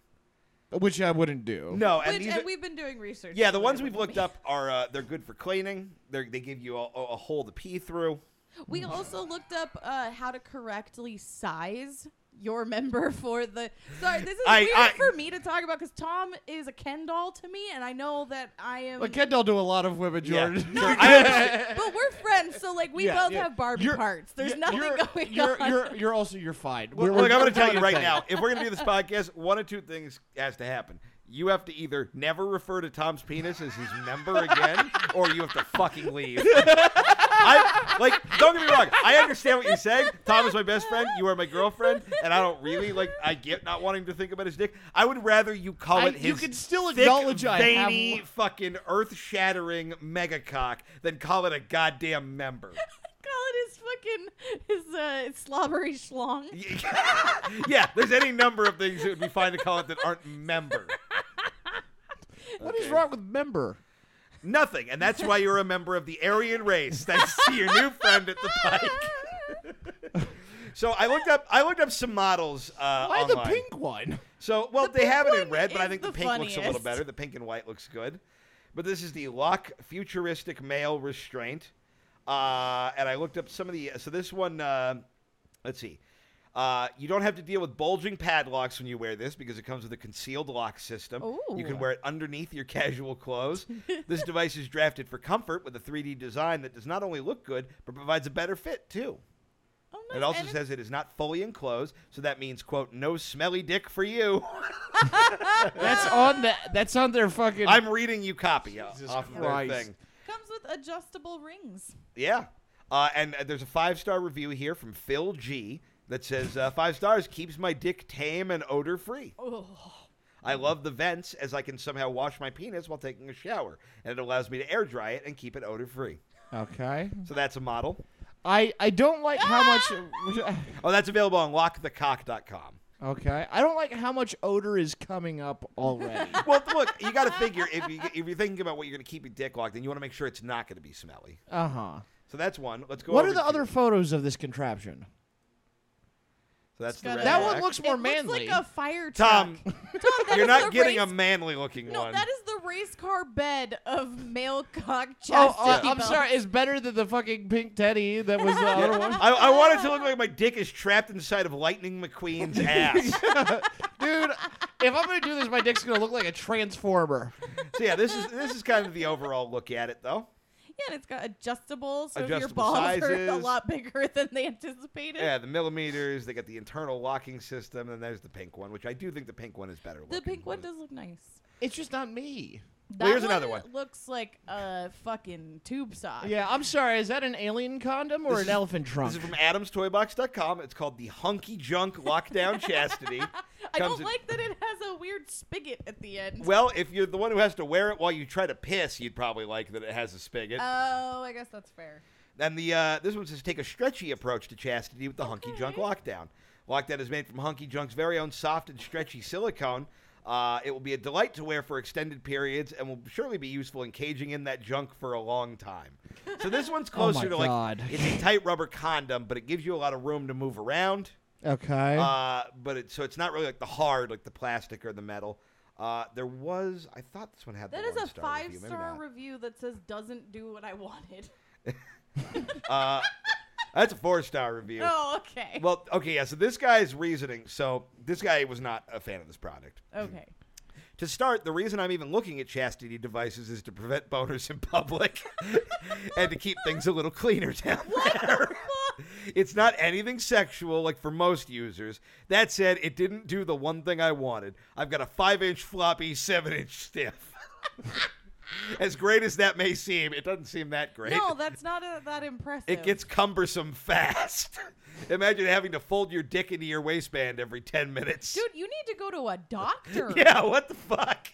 Speaker 2: Which I wouldn't do.
Speaker 1: No, and
Speaker 3: Which,
Speaker 1: these
Speaker 3: and
Speaker 1: are-
Speaker 3: we've been doing research.
Speaker 1: yeah, the
Speaker 3: on
Speaker 1: ones
Speaker 3: it
Speaker 1: we've
Speaker 3: with
Speaker 1: looked
Speaker 3: me.
Speaker 1: up are uh, they're good for cleaning. They're, they give you a, a hole to pee through.
Speaker 3: We
Speaker 2: Mm.
Speaker 3: also looked up uh, how to correctly size your member for the. Sorry, this is
Speaker 1: I-
Speaker 3: weird
Speaker 1: I-
Speaker 3: for me to talk about because Tom is a Ken doll to me, and I know that I am.
Speaker 2: But Kendall do a lot of women, Jordan.
Speaker 1: Yeah. Sure, I understand.
Speaker 3: but we're friends, so like we
Speaker 2: Yeah,
Speaker 3: both
Speaker 2: yeah.
Speaker 3: have Barbie
Speaker 2: You're-
Speaker 3: parts. There's
Speaker 2: you're-
Speaker 3: nothing
Speaker 2: you're-
Speaker 3: going
Speaker 2: you're,
Speaker 3: on.
Speaker 2: You're, you're also you're fine.
Speaker 1: Look,
Speaker 2: We're-
Speaker 1: look,
Speaker 2: we're-
Speaker 1: I'm going
Speaker 2: we're
Speaker 1: to tell you
Speaker 2: doing a
Speaker 1: right
Speaker 2: thing.
Speaker 1: now. If we're going to do this podcast, one of two things has to happen. You have to either never refer to Tom's penis as his member again, or you have to fucking leave. I like. Don't get me wrong. I understand what you're saying. Tom is my best friend. You are my girlfriend, and I don't really like. I get not wanting to think about his dick. I would rather you call
Speaker 2: I-
Speaker 1: it his.
Speaker 2: you can still
Speaker 1: thick,
Speaker 2: acknowledge I have
Speaker 1: veiny,
Speaker 2: one.
Speaker 1: fucking earth-shattering mega cock than call it a goddamn member.
Speaker 3: Call it his fucking his uh, slobbery schlong.
Speaker 1: yeah, there's any number of things it would be fine to call it that aren't member.
Speaker 2: What is
Speaker 1: Okay.
Speaker 2: wrong with member?
Speaker 1: Nothing, and that's why you're a member of the Aryan race. Thanks to your new friend at the pike. so I looked up. I looked up some models. Uh,
Speaker 2: Why the
Speaker 1: online.
Speaker 2: pink one?
Speaker 1: So well, they
Speaker 3: pink
Speaker 1: have it in
Speaker 3: one
Speaker 1: red, but I
Speaker 3: is
Speaker 1: think the,
Speaker 3: the
Speaker 1: pink looks a little
Speaker 3: funniest.
Speaker 1: better. The pink and white looks good. But this is the Lock futuristic male restraint, uh, and I looked up some of the. So this one, uh, let's see. Uh, you don't have to deal with bulging padlocks when you wear this because it comes with a concealed lock system. You
Speaker 3: Ooh.
Speaker 1: can wear it underneath your casual clothes. this device is drafted for comfort with a 3D design that does not only look good but provides a better fit too.
Speaker 3: Oh,
Speaker 1: It also
Speaker 3: and
Speaker 1: says it is not fully enclosed, so that means quote no smelly dick for you.
Speaker 2: That's on the. That's on their fucking.
Speaker 1: I'm reading you copy uh,
Speaker 2: Jesus
Speaker 1: off of their
Speaker 2: Christ.
Speaker 1: thing.
Speaker 3: it comes with adjustable rings.
Speaker 1: Yeah. Uh, and uh, there's a five star review here from Phil G that says uh, five stars keeps my dick tame and odor free.
Speaker 3: Oh.
Speaker 1: I love the vents as I can somehow wash my penis while taking a shower, and it allows me to air dry it and keep it odor free.
Speaker 2: okay.
Speaker 1: So that's a model.
Speaker 2: I I don't like how much.
Speaker 3: Ah!
Speaker 1: Oh, that's available on lockthecock.com.
Speaker 2: Okay. I don't like how much odor is coming up already.
Speaker 1: Well, look, you got to figure if you if you're thinking about what you're going to keep your dick locked, then you want to make sure it's not going to be smelly.
Speaker 2: Uh huh.
Speaker 1: So that's one. Let's go.
Speaker 2: What
Speaker 1: over
Speaker 2: are the
Speaker 1: to-
Speaker 2: other photos of this contraption?
Speaker 1: So that's the
Speaker 3: It's got
Speaker 1: red
Speaker 3: a-
Speaker 2: That
Speaker 1: flag.
Speaker 2: one looks more
Speaker 3: it
Speaker 2: manly.
Speaker 3: looks like a fire truck.
Speaker 1: Tom,
Speaker 3: that
Speaker 1: you're
Speaker 3: is
Speaker 1: not
Speaker 3: the
Speaker 1: getting a
Speaker 3: race-
Speaker 1: manly looking
Speaker 3: No,
Speaker 1: one.
Speaker 3: that is the race car bed of male cock
Speaker 2: Oh,
Speaker 3: chastity
Speaker 2: uh, I'm
Speaker 3: belts.
Speaker 2: sorry. It's better than the fucking pink teddy that was the other one.
Speaker 1: I, I want it to look like my dick is trapped inside of Lightning McQueen's ass.
Speaker 2: Dude, if I'm gonna do this, my dick's gonna look like a transformer.
Speaker 1: so yeah, this is this is kind of the overall look at it though.
Speaker 3: Yeah, and it's got adjustable, so if your
Speaker 1: Adjustable
Speaker 3: balls are a
Speaker 1: sizes.
Speaker 3: lot bigger than they anticipated.
Speaker 1: Yeah, the millimeters. They got the internal locking system, and there's the pink one, which I do think the pink one is better.
Speaker 3: the
Speaker 1: looking.
Speaker 3: pink one does look nice.
Speaker 2: It's just not me.
Speaker 3: That
Speaker 1: Well, here's another one.
Speaker 3: Looks like a fucking tube sock.
Speaker 2: Yeah, I'm sorry. Is that an alien condom or
Speaker 1: This
Speaker 2: an
Speaker 1: is-
Speaker 2: elephant trunk?
Speaker 1: This is from AdamsToyBox.com. It's called the Hunky Junk Lockdown Chastity.
Speaker 3: I
Speaker 1: Comes
Speaker 3: don't
Speaker 1: in-
Speaker 3: like that it has a weird spigot at the end.
Speaker 1: Well, if you're the one who has to wear it while you try to piss, you'd probably like that it has a spigot.
Speaker 3: oh, I guess that's fair.
Speaker 1: And the uh, this one says take a stretchy approach to chastity with the hunky junk
Speaker 3: Okay.
Speaker 1: lockdown. Lockdown is made from hunky junk's very own soft and stretchy silicone. Uh, it will be a delight to wear for extended periods and will surely be useful in caging in that junk for a long time. So this
Speaker 3: Oh
Speaker 1: one's closer
Speaker 2: my
Speaker 1: to
Speaker 2: God.
Speaker 1: like it's a tight rubber condom, but it gives you a lot of room to move around.
Speaker 2: okay.
Speaker 1: Uh, but it, so it's not really like the hard, like the plastic or the metal. Uh, there was I thought this one had
Speaker 3: That
Speaker 1: the
Speaker 3: is a
Speaker 1: one-star
Speaker 3: five
Speaker 1: review, maybe
Speaker 3: star
Speaker 1: not.
Speaker 3: review that says doesn't do what I wanted.
Speaker 1: Uh, that's a four star review.
Speaker 3: Oh, okay.
Speaker 1: Well, okay, yeah. So this guy's reasoning. So this guy was not a fan of this product.
Speaker 3: okay.
Speaker 1: To start, the reason I'm even looking at chastity devices is to prevent boners in public and to keep things a little cleaner down there. it's not anything sexual, like for most users. That said, it didn't do the one thing I wanted. I've got a five-inch floppy, seven-inch stiff. as great as that may seem, it doesn't seem that great.
Speaker 3: No, that's not uh that impressive.
Speaker 1: It gets cumbersome fast. Imagine having to fold your dick into your waistband every 10 minutes.
Speaker 3: Dude, you need to go to a doctor.
Speaker 1: Yeah, what the fuck?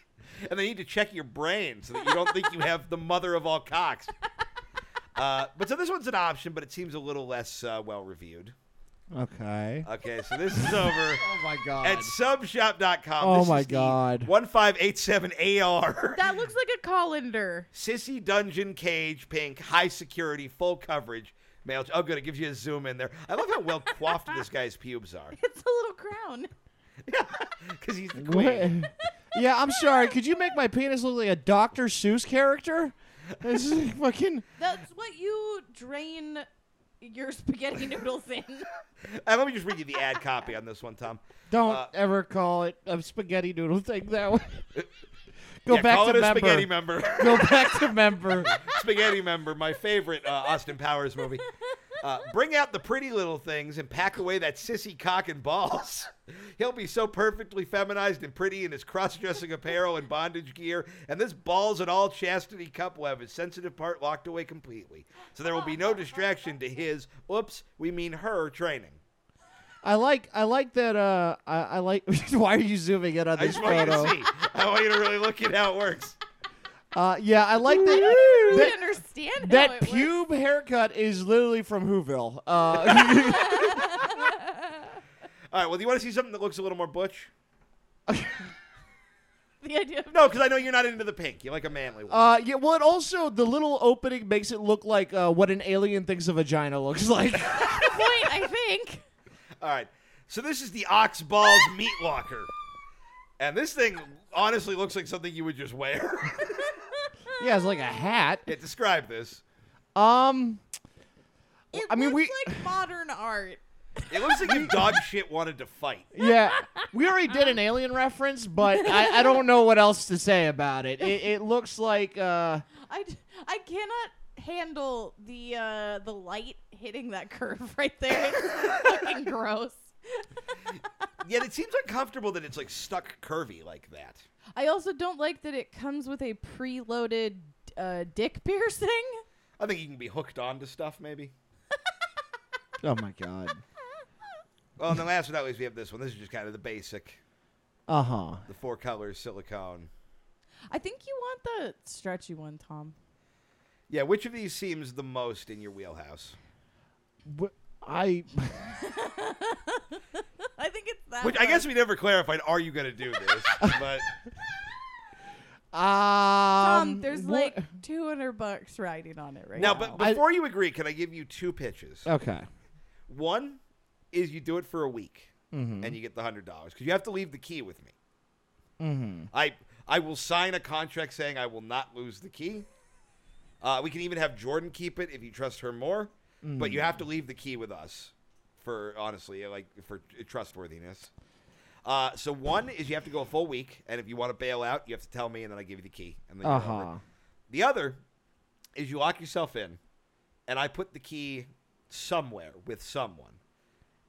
Speaker 1: And they need to check your brain so that you don't think you have the mother of all cocks. Uh, but so this one's an option, but it seems a little less uh, well reviewed.
Speaker 2: okay.
Speaker 1: Okay, so this is over
Speaker 2: oh my god.
Speaker 1: at subshop.com.
Speaker 2: Oh
Speaker 1: This
Speaker 2: my
Speaker 1: is the
Speaker 2: God.
Speaker 1: 1587AR.
Speaker 3: That looks like a colander.
Speaker 1: Sissy Dungeon Cage Pink, high security, full coverage. Mail. Oh, good. It gives you a zoom in there. I love how well coiffed this guy's pubes are.
Speaker 3: It's a little crown.
Speaker 1: Because he's the
Speaker 2: Wait.
Speaker 1: queen.
Speaker 2: yeah, I'm sorry. Could you make my penis look like a Dr. Seuss character? This is fucking.
Speaker 3: That's what you drain your spaghetti noodles in.
Speaker 1: Uh, let me just read you the ad copy on this one, Tom.
Speaker 2: Don't
Speaker 1: Uh,
Speaker 2: ever call it a spaghetti noodle thing that way. Go
Speaker 1: Yeah,
Speaker 2: back
Speaker 1: call
Speaker 2: to
Speaker 1: it a
Speaker 2: member.
Speaker 1: spaghetti member.
Speaker 2: Go back to member.
Speaker 1: spaghetti member, my favorite uh, Austin Powers movie. Uh, bring out the pretty little things and pack away that sissy cock and balls. He'll be so perfectly feminized and pretty in his cross-dressing apparel and bondage gear, and this balls and all chastity cup will have his sensitive part locked away completely. So there will be no distraction to his oops, we mean her training.
Speaker 2: I like I like that. Uh, I, I like. why are you zooming in on
Speaker 1: I
Speaker 2: this
Speaker 1: just want you to
Speaker 2: photo?
Speaker 1: see. I want you to really look at how it works.
Speaker 2: Uh, yeah, I like
Speaker 3: I
Speaker 2: that.
Speaker 3: don't
Speaker 2: that
Speaker 3: understand how
Speaker 2: that
Speaker 3: it works.
Speaker 2: pube haircut is literally from Whoville. Uh,
Speaker 1: All right, well, do you want to see something that looks a little more butch?
Speaker 3: The idea of
Speaker 1: No, because I know you're not into the pink. You like a manly one.
Speaker 2: uh, yeah, well, it also the little opening makes it look like uh, what an alien thinks a vagina looks like.
Speaker 3: point, I think.
Speaker 1: All right. So this is the Ox Balls Meat Locker. And this thing honestly looks like something you would just wear.
Speaker 2: yeah, it's like a hat.
Speaker 1: yeah, describe this.
Speaker 2: Um,
Speaker 3: It
Speaker 2: I mean,
Speaker 3: looks
Speaker 2: we-
Speaker 3: like modern art.
Speaker 1: It looks like if dog shit wanted to fight.
Speaker 2: yeah, we already did an alien reference, but I, I don't know what else to say about it. It, it looks like uh,
Speaker 3: I, d- I cannot handle the uh, the light hitting that curve right there. It's fucking gross.
Speaker 1: Yet it seems uncomfortable that it's like stuck curvy like that.
Speaker 3: I also don't like that it comes with a preloaded uh, dick piercing.
Speaker 1: I think you can be hooked onto stuff maybe.
Speaker 2: oh my god.
Speaker 1: Well, and then last but not least, we have this one. This is just kind of the basic,
Speaker 2: Uh huh.
Speaker 1: the four colors silicone.
Speaker 3: I think you want the stretchy one, Tom.
Speaker 1: Yeah, which of these seems the most in your wheelhouse?
Speaker 2: I
Speaker 3: I think it's that.
Speaker 1: Which I guess we never clarified. Are you going to do this? But
Speaker 2: um.
Speaker 3: Tom, Um, there's
Speaker 2: wha-
Speaker 3: like 200 bucks riding on it right
Speaker 1: now,
Speaker 3: now.
Speaker 1: but
Speaker 2: I-
Speaker 1: before you agree, can I give you two pitches?
Speaker 2: okay.
Speaker 1: One is you do it for a week and you get the hundred dollars because you have to leave the key with me. I I will sign a contract saying I will not lose the key. Uh, we can even have Jordan keep it if you trust her more, but you have to leave the key with us for honestly like for trustworthiness. Uh, so one is you have to go a full week, and if you want to bail out, you have to tell me, and then I give you the key. And then you're
Speaker 2: Uh
Speaker 1: over.
Speaker 2: huh.
Speaker 1: The other is you lock yourself in, and I put the key somewhere with someone.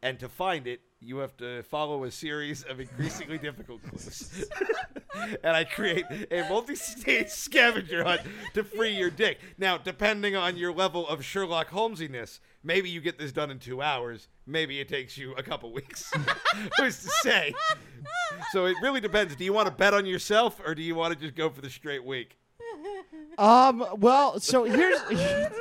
Speaker 1: And to find it, you have to follow a series of increasingly difficult clues. and I create a multi stage scavenger hunt to free your dick. Now, depending on your level of Sherlock Holmesiness, maybe you get this done in two hours. Maybe it takes you a couple weeks. Who's to say? So it really depends. Do you want to bet on yourself or do you want to just go for the straight week?
Speaker 2: Um. Well, so here's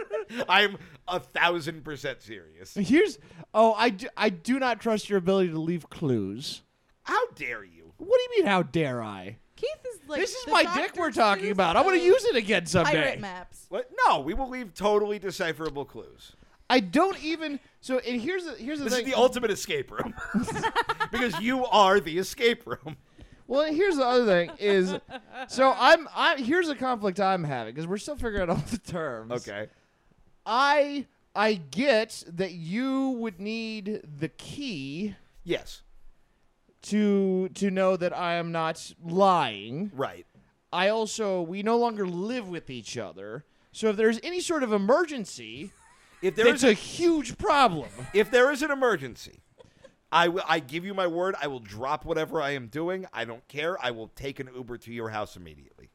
Speaker 1: I'm a thousand percent serious.
Speaker 2: here's. Oh, I do, I do not trust your ability to leave clues.
Speaker 1: How dare you?
Speaker 2: What do you mean? How dare I?
Speaker 3: Keith is like.
Speaker 2: this is
Speaker 3: the
Speaker 2: my
Speaker 3: Dr.
Speaker 2: dick we're
Speaker 3: Seuss
Speaker 2: talking about. I'm gonna
Speaker 3: of
Speaker 2: use it again someday.
Speaker 3: Pirate maps.
Speaker 1: What? No, we will leave totally decipherable clues.
Speaker 2: I don't even. So and here's the here's the
Speaker 1: This
Speaker 2: thing.
Speaker 1: is the ultimate escape room. because you are the escape room.
Speaker 2: Well, here's the other thing is, so I'm I here's a conflict I'm having because we're still figuring out all the terms.
Speaker 1: Okay.
Speaker 2: I I get that you would need the key
Speaker 1: Yes.
Speaker 2: to to know that I am not lying.
Speaker 1: Right.
Speaker 2: I also we no longer live with each other. So if there's any sort of emergency,
Speaker 1: If there
Speaker 2: it's
Speaker 1: is
Speaker 2: a huge problem.
Speaker 1: if there is an emergency, I will I give you my word, I will drop whatever I am doing. I don't care. I will take an Uber to your house immediately.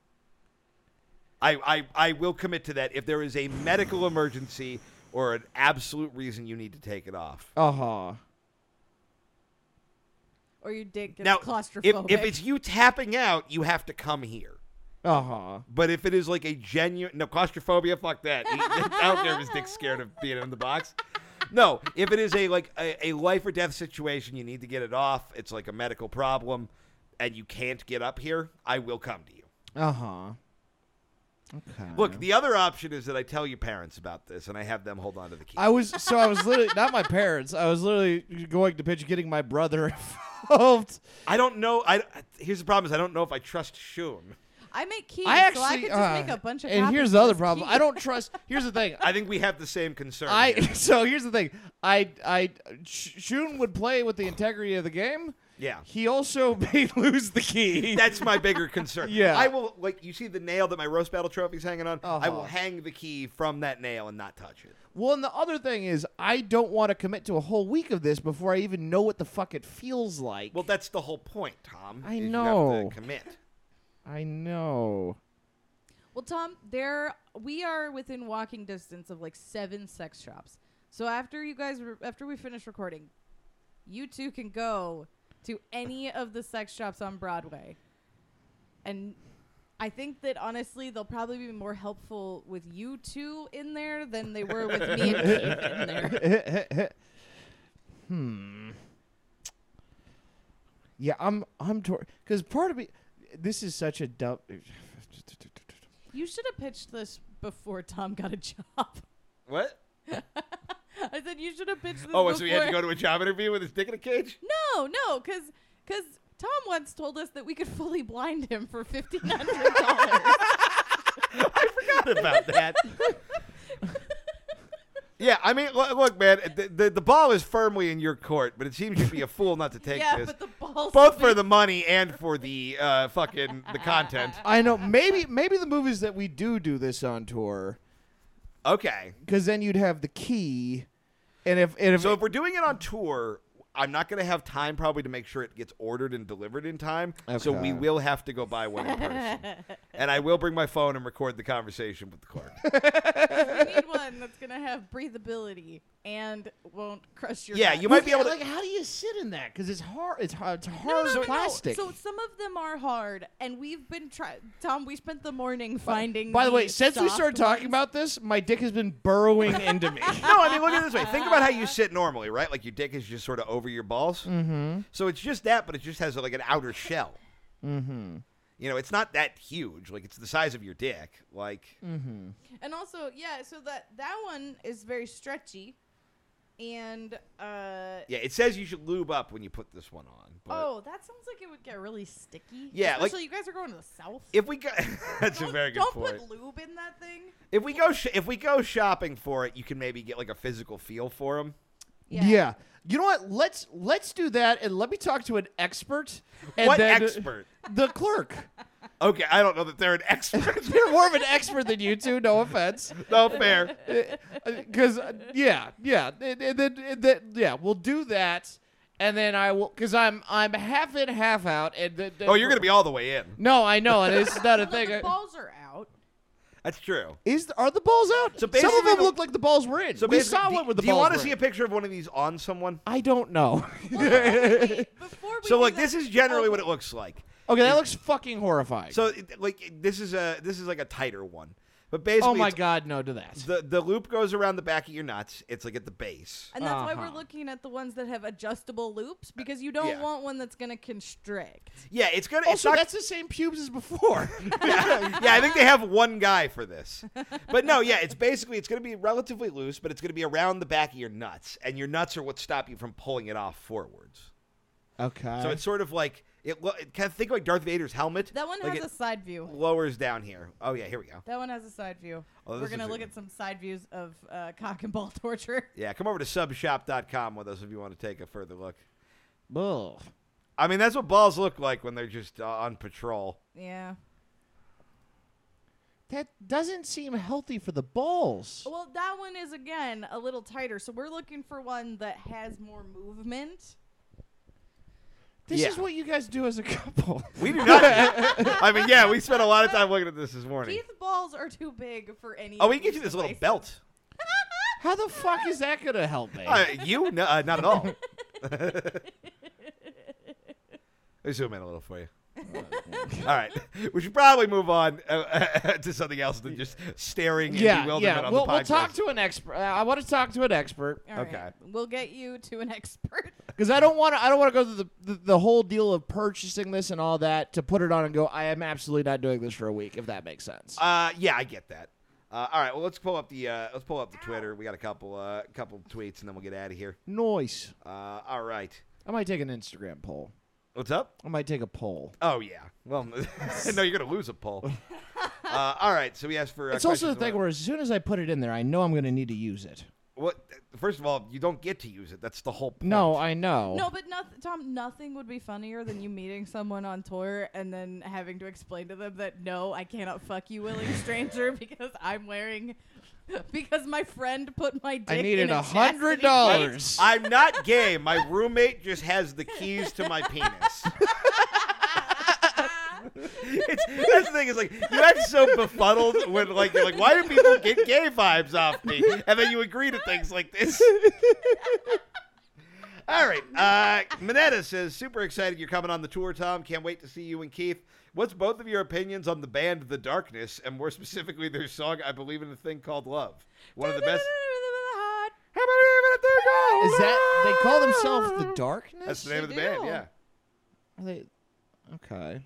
Speaker 1: I, I, I will commit to that if there is a medical emergency or an absolute reason you need to take it off.
Speaker 2: Uh huh.
Speaker 3: Or your dick gets
Speaker 1: now, if,
Speaker 3: claustrophobic.
Speaker 1: if it's you tapping out, you have to come here.
Speaker 2: Uh huh.
Speaker 1: But if it is like a genuine no claustrophobia, fuck that. He- I don't care if his dick's scared of being in the box. No, if it is a like a, a life or death situation, you need to get it off. It's like a medical problem, and you can't get up here. I will come to you.
Speaker 2: Uh huh. Okay.
Speaker 1: Look, the other option is that I tell your parents about this, and I have them hold on to the key.
Speaker 2: I was so I was literally not my parents. I was literally going to pitch getting my brother involved.
Speaker 1: I don't know. I here's the problem: is I don't know if I trust Shun.
Speaker 3: I make keys,
Speaker 2: I actually
Speaker 3: so I could just
Speaker 2: uh,
Speaker 3: make a bunch of.
Speaker 2: And
Speaker 3: copies
Speaker 2: here's
Speaker 3: of
Speaker 2: the other
Speaker 3: this
Speaker 2: problem.
Speaker 3: key.
Speaker 2: I don't trust. Here's the thing.
Speaker 1: I think we have the same concern.
Speaker 2: I
Speaker 1: here.
Speaker 2: so here's the thing. I I Shun would play with the integrity of the game,
Speaker 1: Yeah.
Speaker 2: He also may lose the key.
Speaker 1: That's my bigger concern.
Speaker 2: Yeah.
Speaker 1: I will like you see the nail that my roast battle trophy's hanging on. I will
Speaker 2: Uh-huh.
Speaker 1: hang the key from that nail and not touch it.
Speaker 2: well, and the other thing is, I don't want to commit to a whole week of this before I even know what the fuck it feels like.
Speaker 1: Well, that's the whole point, Tom.
Speaker 2: I
Speaker 1: is You
Speaker 2: know.
Speaker 1: have to commit.
Speaker 2: I know.
Speaker 3: Well, Tom, there we are within walking distance of like seven sex shops. So after you guys, re- after we finish recording, you two can go to any of the sex shops on Broadway, and I think that honestly they'll probably be more helpful with you two in there than they were with me and Keith in there.
Speaker 2: hmm. Yeah, I'm I'm tor because part of me this is such a dumb
Speaker 3: You should have pitched this before Tom got a job.
Speaker 1: What?
Speaker 3: I said you should have pitched this.
Speaker 1: Oh,
Speaker 3: before.
Speaker 1: so he had to go to a job interview with his dick in a cage?
Speaker 3: No, Oh, no, because because Tom once told us that we could fully blind him for fifteen hundred dollars.
Speaker 1: I forgot about that. yeah, I mean, look, look man, the, the, the ball is firmly in your court, but it seems you'd be a fool not to take
Speaker 3: yeah,
Speaker 1: this.
Speaker 3: but the balls.
Speaker 1: Both for the money and for the uh, fucking the content.
Speaker 2: I know maybe maybe the movies that we do do this on tour
Speaker 1: Okay.
Speaker 2: because then you'd have the key, and if and if
Speaker 1: So if we're doing it on tour, I'm not going to have time probably to make sure it gets ordered and delivered in time. So we
Speaker 2: Okay.
Speaker 1: will have to go buy one in person. and I will bring my phone and record the conversation with the clerk.
Speaker 3: we need one that's gonna have breathability and won't crush your.
Speaker 1: Yeah,
Speaker 3: gut.
Speaker 1: you might be
Speaker 2: Yeah,
Speaker 1: able to.
Speaker 2: like how do you sit in that because it's hard it's hard it's
Speaker 3: No,
Speaker 2: hard
Speaker 3: no, no, no.
Speaker 2: plastic.
Speaker 3: So some of them are hard, and we've been trying. Tom, we spent the morning finding.
Speaker 2: By the way, since we
Speaker 3: soft
Speaker 2: started talking
Speaker 3: ones.
Speaker 2: about this, my dick has been burrowing into me.
Speaker 1: No, I mean, look at it this way. Think about how you sit normally, right? Like your dick is just sort of over your balls. Mm-hmm. So it's just that, but it just has like an outer shell. Mm-hmm. You know, it's not that huge. Like it's the size of your dick. Like,
Speaker 3: Mm. and also yeah, so that that one is very stretchy, and uh.
Speaker 1: yeah, it says you should lube up when you put this one on. But
Speaker 3: Oh, that sounds like it would get really sticky.
Speaker 1: Yeah, like-
Speaker 3: especially you guys are going to the south.
Speaker 1: if we go, that's a very good
Speaker 3: don't
Speaker 1: point.
Speaker 3: put lube in that thing.
Speaker 1: if we go, sh- if we go shopping for it, you can maybe get like a physical feel for them.
Speaker 2: Yeah. You know what? Let's let's do that and let me talk to an expert. And
Speaker 1: What
Speaker 2: then-
Speaker 1: expert?
Speaker 2: The clerk.
Speaker 1: Okay, I don't know that they're an expert.
Speaker 2: You're more of an expert than you two. No offense.
Speaker 1: no
Speaker 2: Uh,
Speaker 1: fair.
Speaker 2: Because yeah, yeah, and, and then and then- yeah, we'll do that, and then I will because I'm I'm half in, half out, and then,
Speaker 1: Oh, you're gonna be all the way in.
Speaker 2: No, I know, and it's not a
Speaker 3: Well,
Speaker 2: thing.
Speaker 3: the balls are out.
Speaker 1: That's true.
Speaker 2: Is the- are the balls out?
Speaker 1: So
Speaker 2: Some of
Speaker 1: basically
Speaker 2: them
Speaker 1: the-
Speaker 2: look like the balls were in.
Speaker 1: So
Speaker 2: we
Speaker 1: basically,
Speaker 2: saw
Speaker 1: do-
Speaker 2: one with the
Speaker 1: Do you
Speaker 2: balls
Speaker 1: want to
Speaker 2: were
Speaker 1: see
Speaker 2: in.
Speaker 1: a picture of one of these on someone?
Speaker 2: I don't know.
Speaker 3: Wait, before we
Speaker 1: So
Speaker 3: do
Speaker 1: like
Speaker 3: that- Oh.
Speaker 1: this is generally what it
Speaker 3: okay.
Speaker 1: looks like.
Speaker 2: Okay, that looks fucking horrifying.
Speaker 1: So it, like it- this is a this is like a tighter one, but basically,
Speaker 2: oh my
Speaker 1: it's-
Speaker 2: god, no to that.
Speaker 1: the the loop goes around the back of your nuts. It's like at the base.
Speaker 3: And that's why
Speaker 2: Uh-huh.
Speaker 3: we're looking at the ones that have adjustable loops because you don't
Speaker 1: Yeah.
Speaker 3: want one that's going to constrict.
Speaker 1: Yeah, it's gonna. it's
Speaker 2: also,
Speaker 1: not,
Speaker 2: that's the same pubes as before.
Speaker 1: yeah, I think they have one guy for this. But no, yeah, it's basically it's gonna be relatively loose, but it's gonna be around the back of your nuts, and your nuts are what stop you from pulling it off forwards.
Speaker 2: okay.
Speaker 1: So it's sort of like it. lo- it kind of think like Darth Vader's helmet.
Speaker 3: That one
Speaker 1: like
Speaker 3: has a
Speaker 1: it
Speaker 3: side view.
Speaker 1: lowers down here. Oh yeah, here we go.
Speaker 3: That one has a side view.
Speaker 1: Oh,
Speaker 3: we're
Speaker 1: this
Speaker 3: going to
Speaker 1: is a
Speaker 3: look
Speaker 1: good
Speaker 3: at some side views of uh, cock and ball torture.
Speaker 1: Yeah, come over to subshop.com with us if you want to take a further look.
Speaker 2: Ugh.
Speaker 1: I mean, that's what balls look like when they're just uh, on patrol.
Speaker 3: Yeah.
Speaker 2: That doesn't seem healthy for the balls.
Speaker 3: Well, that one is again a little tighter. So we're looking for one that has more movement.
Speaker 2: This
Speaker 1: yeah.
Speaker 2: is what you guys do as a couple.
Speaker 1: We do not. I mean, yeah, we spent a lot of time looking at this this morning.
Speaker 3: Keith's balls are too big for any.
Speaker 1: oh,
Speaker 3: of
Speaker 1: we can get
Speaker 3: these
Speaker 1: you this little
Speaker 3: devices.
Speaker 1: belt.
Speaker 2: How the fuck is that gonna help me?
Speaker 1: Uh, you? No, uh, not at all. Let me zoom in a little for you. All right, we should probably move on uh, to something else than just staring in
Speaker 2: yeah,
Speaker 1: bewilderment
Speaker 2: yeah.
Speaker 1: on
Speaker 2: We'll,
Speaker 1: the podcast.
Speaker 2: we'll talk to an expert. Uh, I want to talk to an expert
Speaker 3: All right.
Speaker 1: Okay.
Speaker 3: We'll get you to an expert.
Speaker 2: because I don't want to. I don't want to go through the, the the whole deal of purchasing this and all that to put it on and go. I am absolutely not doing this for a week. If that makes sense.
Speaker 1: Uh, yeah, I get that. Uh, all right, well, let's pull up the uh, let's pull up the Twitter. We got a couple uh, couple tweets, and then we'll get out of here.
Speaker 2: Noise.
Speaker 1: Uh, all right,
Speaker 2: I might take an Instagram poll.
Speaker 1: what's up?
Speaker 2: I might take a poll.
Speaker 1: Oh yeah. Well, no, you're gonna lose a poll. Uh, all right. So we asked for. Uh,
Speaker 2: It's also the
Speaker 1: questions
Speaker 2: thing
Speaker 1: about-
Speaker 2: where as soon as I put it in there, I know I'm going to need to use it.
Speaker 1: What? First of all, you don't get to use it. That's the whole point.
Speaker 2: No, I know.
Speaker 3: No, but noth- Tom, nothing would be funnier than you meeting someone on tour and then having to explain to them that no, I cannot fuck you, willing stranger, because I'm wearing, because my friend put my dick.
Speaker 2: I needed
Speaker 3: in a
Speaker 2: a hundred
Speaker 3: chastity plate.
Speaker 2: dollars.
Speaker 1: I'm not gay. My roommate just has the keys to my penis. It's, that's the thing. Is like you act so befuddled when like you're like, why do people get gay vibes off me? And then you agree to things like this. All right. Uh, Minetta says, super excited you're coming on the tour, Tom. Can't wait to see you and Keith. What's both of your opinions on the band The Darkness, and more specifically their song "I Believe in a Thing Called Love"? One of the best. I believe in a thing called
Speaker 2: Is that they call
Speaker 1: love.
Speaker 2: themselves the Darkness?
Speaker 1: That's the name of the
Speaker 3: They
Speaker 1: band,
Speaker 3: do.
Speaker 1: yeah.
Speaker 2: Are they, okay.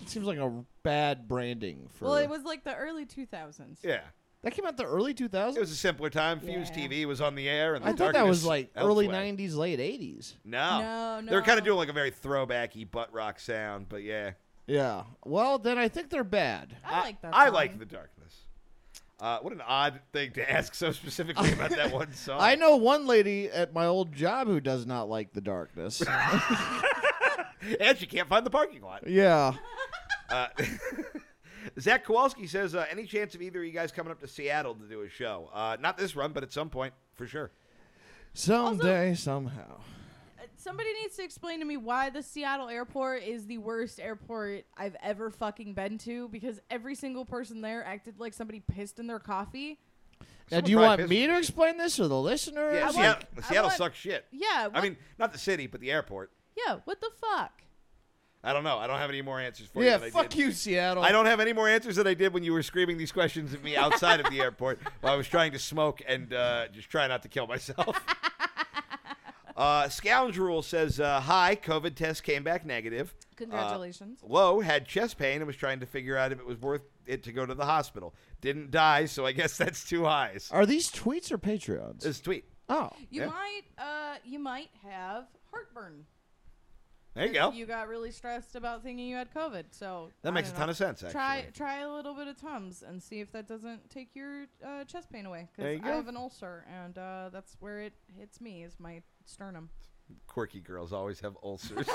Speaker 2: It seems like a bad branding for.
Speaker 3: Well, it was like the early 2000s.
Speaker 1: Yeah.
Speaker 2: that came out the early 2000s.
Speaker 1: It was a simpler time. Fuse
Speaker 3: Yeah.
Speaker 1: TV was on the air. And
Speaker 2: I
Speaker 1: the
Speaker 2: thought that was
Speaker 1: darkness
Speaker 2: like early
Speaker 1: elsewhere.
Speaker 2: 90s, late 80s.
Speaker 1: No.
Speaker 3: No, no.
Speaker 1: They were kind of doing like a very throwbacky butt rock sound, but yeah.
Speaker 2: Yeah. Well, then I think they're bad.
Speaker 3: I, like that.
Speaker 1: I
Speaker 3: song.
Speaker 1: like The Darkness. Uh, what an odd thing to ask so specifically about that one song.
Speaker 2: I know one lady at my old job who does not like the darkness.
Speaker 1: And she can't find the parking lot.
Speaker 2: yeah.
Speaker 1: Uh, Zach Kowalski says, uh, any chance of either of you guys coming up to Seattle to do a show? Uh, not this run, but at some point, for sure.
Speaker 2: Someday, somehow.
Speaker 3: Uh, Somebody needs to explain to me why the Seattle airport is the worst airport I've ever fucking been to because every single person there acted like somebody pissed in their coffee.
Speaker 2: Now,
Speaker 1: Someone
Speaker 2: do you
Speaker 1: probably
Speaker 2: want
Speaker 1: pissed-
Speaker 2: me to explain this or the listener?
Speaker 1: Yeah,
Speaker 3: I
Speaker 1: Seattle,
Speaker 3: want- I
Speaker 1: Seattle
Speaker 3: want-
Speaker 1: sucks shit.
Speaker 3: Yeah. What,
Speaker 1: I mean, not the city, but the airport.
Speaker 3: yeah. What the fuck?
Speaker 1: I don't know. I don't have any more answers for you.
Speaker 2: yeah
Speaker 1: than I
Speaker 2: fuck
Speaker 1: did.
Speaker 2: you, Seattle.
Speaker 1: I don't have any more answers than I did when you were screaming these questions at me outside of the airport while I was trying to smoke and uh, just try not to kill myself. Uh, Scoundrel says, uh, "Hi, COVID test came back negative.
Speaker 3: Congratulations.
Speaker 1: Uh, Low had chest pain and was trying to figure out if it was worth it to go to the hospital. Didn't die, so I guess that's two highs."
Speaker 2: Are these tweets or Patreons?
Speaker 1: This tweet.
Speaker 2: oh.
Speaker 3: you
Speaker 1: yeah.
Speaker 3: might uh you might have heartburn.
Speaker 1: There you
Speaker 3: if
Speaker 1: go.
Speaker 3: You got really stressed about thinking you had COVID, so
Speaker 1: That makes a ton of sense. Actually,
Speaker 3: Try try a little bit of Tums and see if that doesn't take your uh, chest pain away.
Speaker 1: There
Speaker 3: Because
Speaker 1: you
Speaker 3: I
Speaker 1: go.
Speaker 3: have an ulcer, and uh, that's where it hits me is my sternum.
Speaker 1: quirky girls always have ulcers.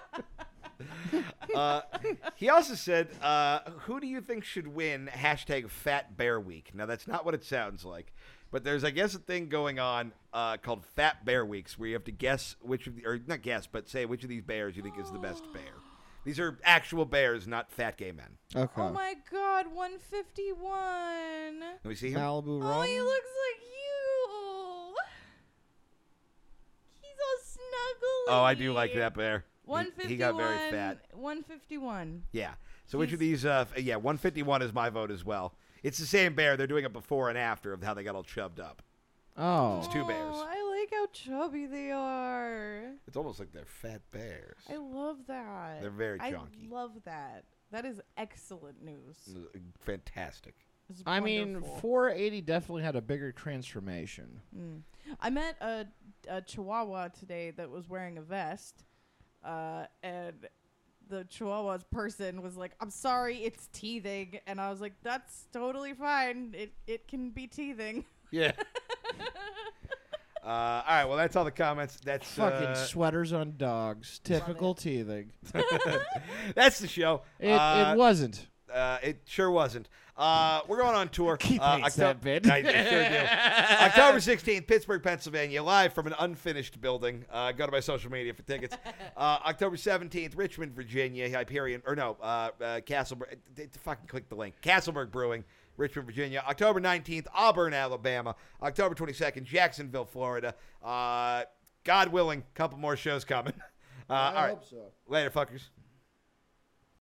Speaker 1: uh, he also said, uh, "Who do you think should win?" Hashtag Fat Bear Week. Now that's not what it sounds like, but there's, I guess, a thing going on uh, called Fat Bear Weeks where you have to guess which of the, or not guess, but say which of these bears you think is the best bear. These are actual bears, not fat gay men.
Speaker 2: Okay.
Speaker 3: Oh my God, 151.
Speaker 1: Let me see him.
Speaker 2: Malibu
Speaker 3: Oh, he
Speaker 2: Rum?
Speaker 3: looks like you. He's all snuggly.
Speaker 1: Oh, I do like that bear. He,
Speaker 3: 151.
Speaker 1: he got very fat.
Speaker 3: 151.
Speaker 1: Yeah. So which of
Speaker 3: He's-
Speaker 1: these? Uh, f- yeah, 151 is my vote as well. It's the same bear. They're doing a before and after of how they got all chubbed up.
Speaker 2: Oh.
Speaker 1: It's two bears.
Speaker 3: Oh, I like how chubby they are.
Speaker 1: It's almost like they're fat bears.
Speaker 3: I love that.
Speaker 1: They're very
Speaker 3: I
Speaker 1: chonky.
Speaker 3: love that. That is excellent news.
Speaker 1: uh, Fantastic.
Speaker 3: It's
Speaker 2: I mean,
Speaker 3: wonderful.
Speaker 2: 480 definitely had a bigger transformation.
Speaker 3: Mm. I met a, a Chihuahua today that was wearing a vest, uh, and the Chihuahua's person was like, "I'm sorry, it's teething," and I was like, "That's totally fine. It it can be teething."
Speaker 1: Yeah. uh, all right. Well, that's all the comments. That's
Speaker 2: Fucking
Speaker 1: uh,
Speaker 2: sweaters on dogs. Typical teething.
Speaker 1: that's the show.
Speaker 2: It,
Speaker 1: uh,
Speaker 2: it wasn't.
Speaker 1: uh, it sure wasn't. Uh, we're going on tour.
Speaker 2: Keith
Speaker 1: uh,
Speaker 2: hates
Speaker 1: Octo-
Speaker 2: that bit.
Speaker 1: I sure do. October 16th, Pittsburgh, Pennsylvania, live from an unfinished building. Uh, go to my social media for tickets. Uh, October 17th, Richmond, Virginia, Hyperion, or no, uh, uh, Castleburg. d- d- Fucking click the link. Castleburg Brewing. Richmond, Virginia. October 19th, Auburn, Alabama. October 22nd, Jacksonville, Florida. Uh, God willing, couple more shows coming. Uh, all right.
Speaker 2: so.
Speaker 1: Later, fuckers.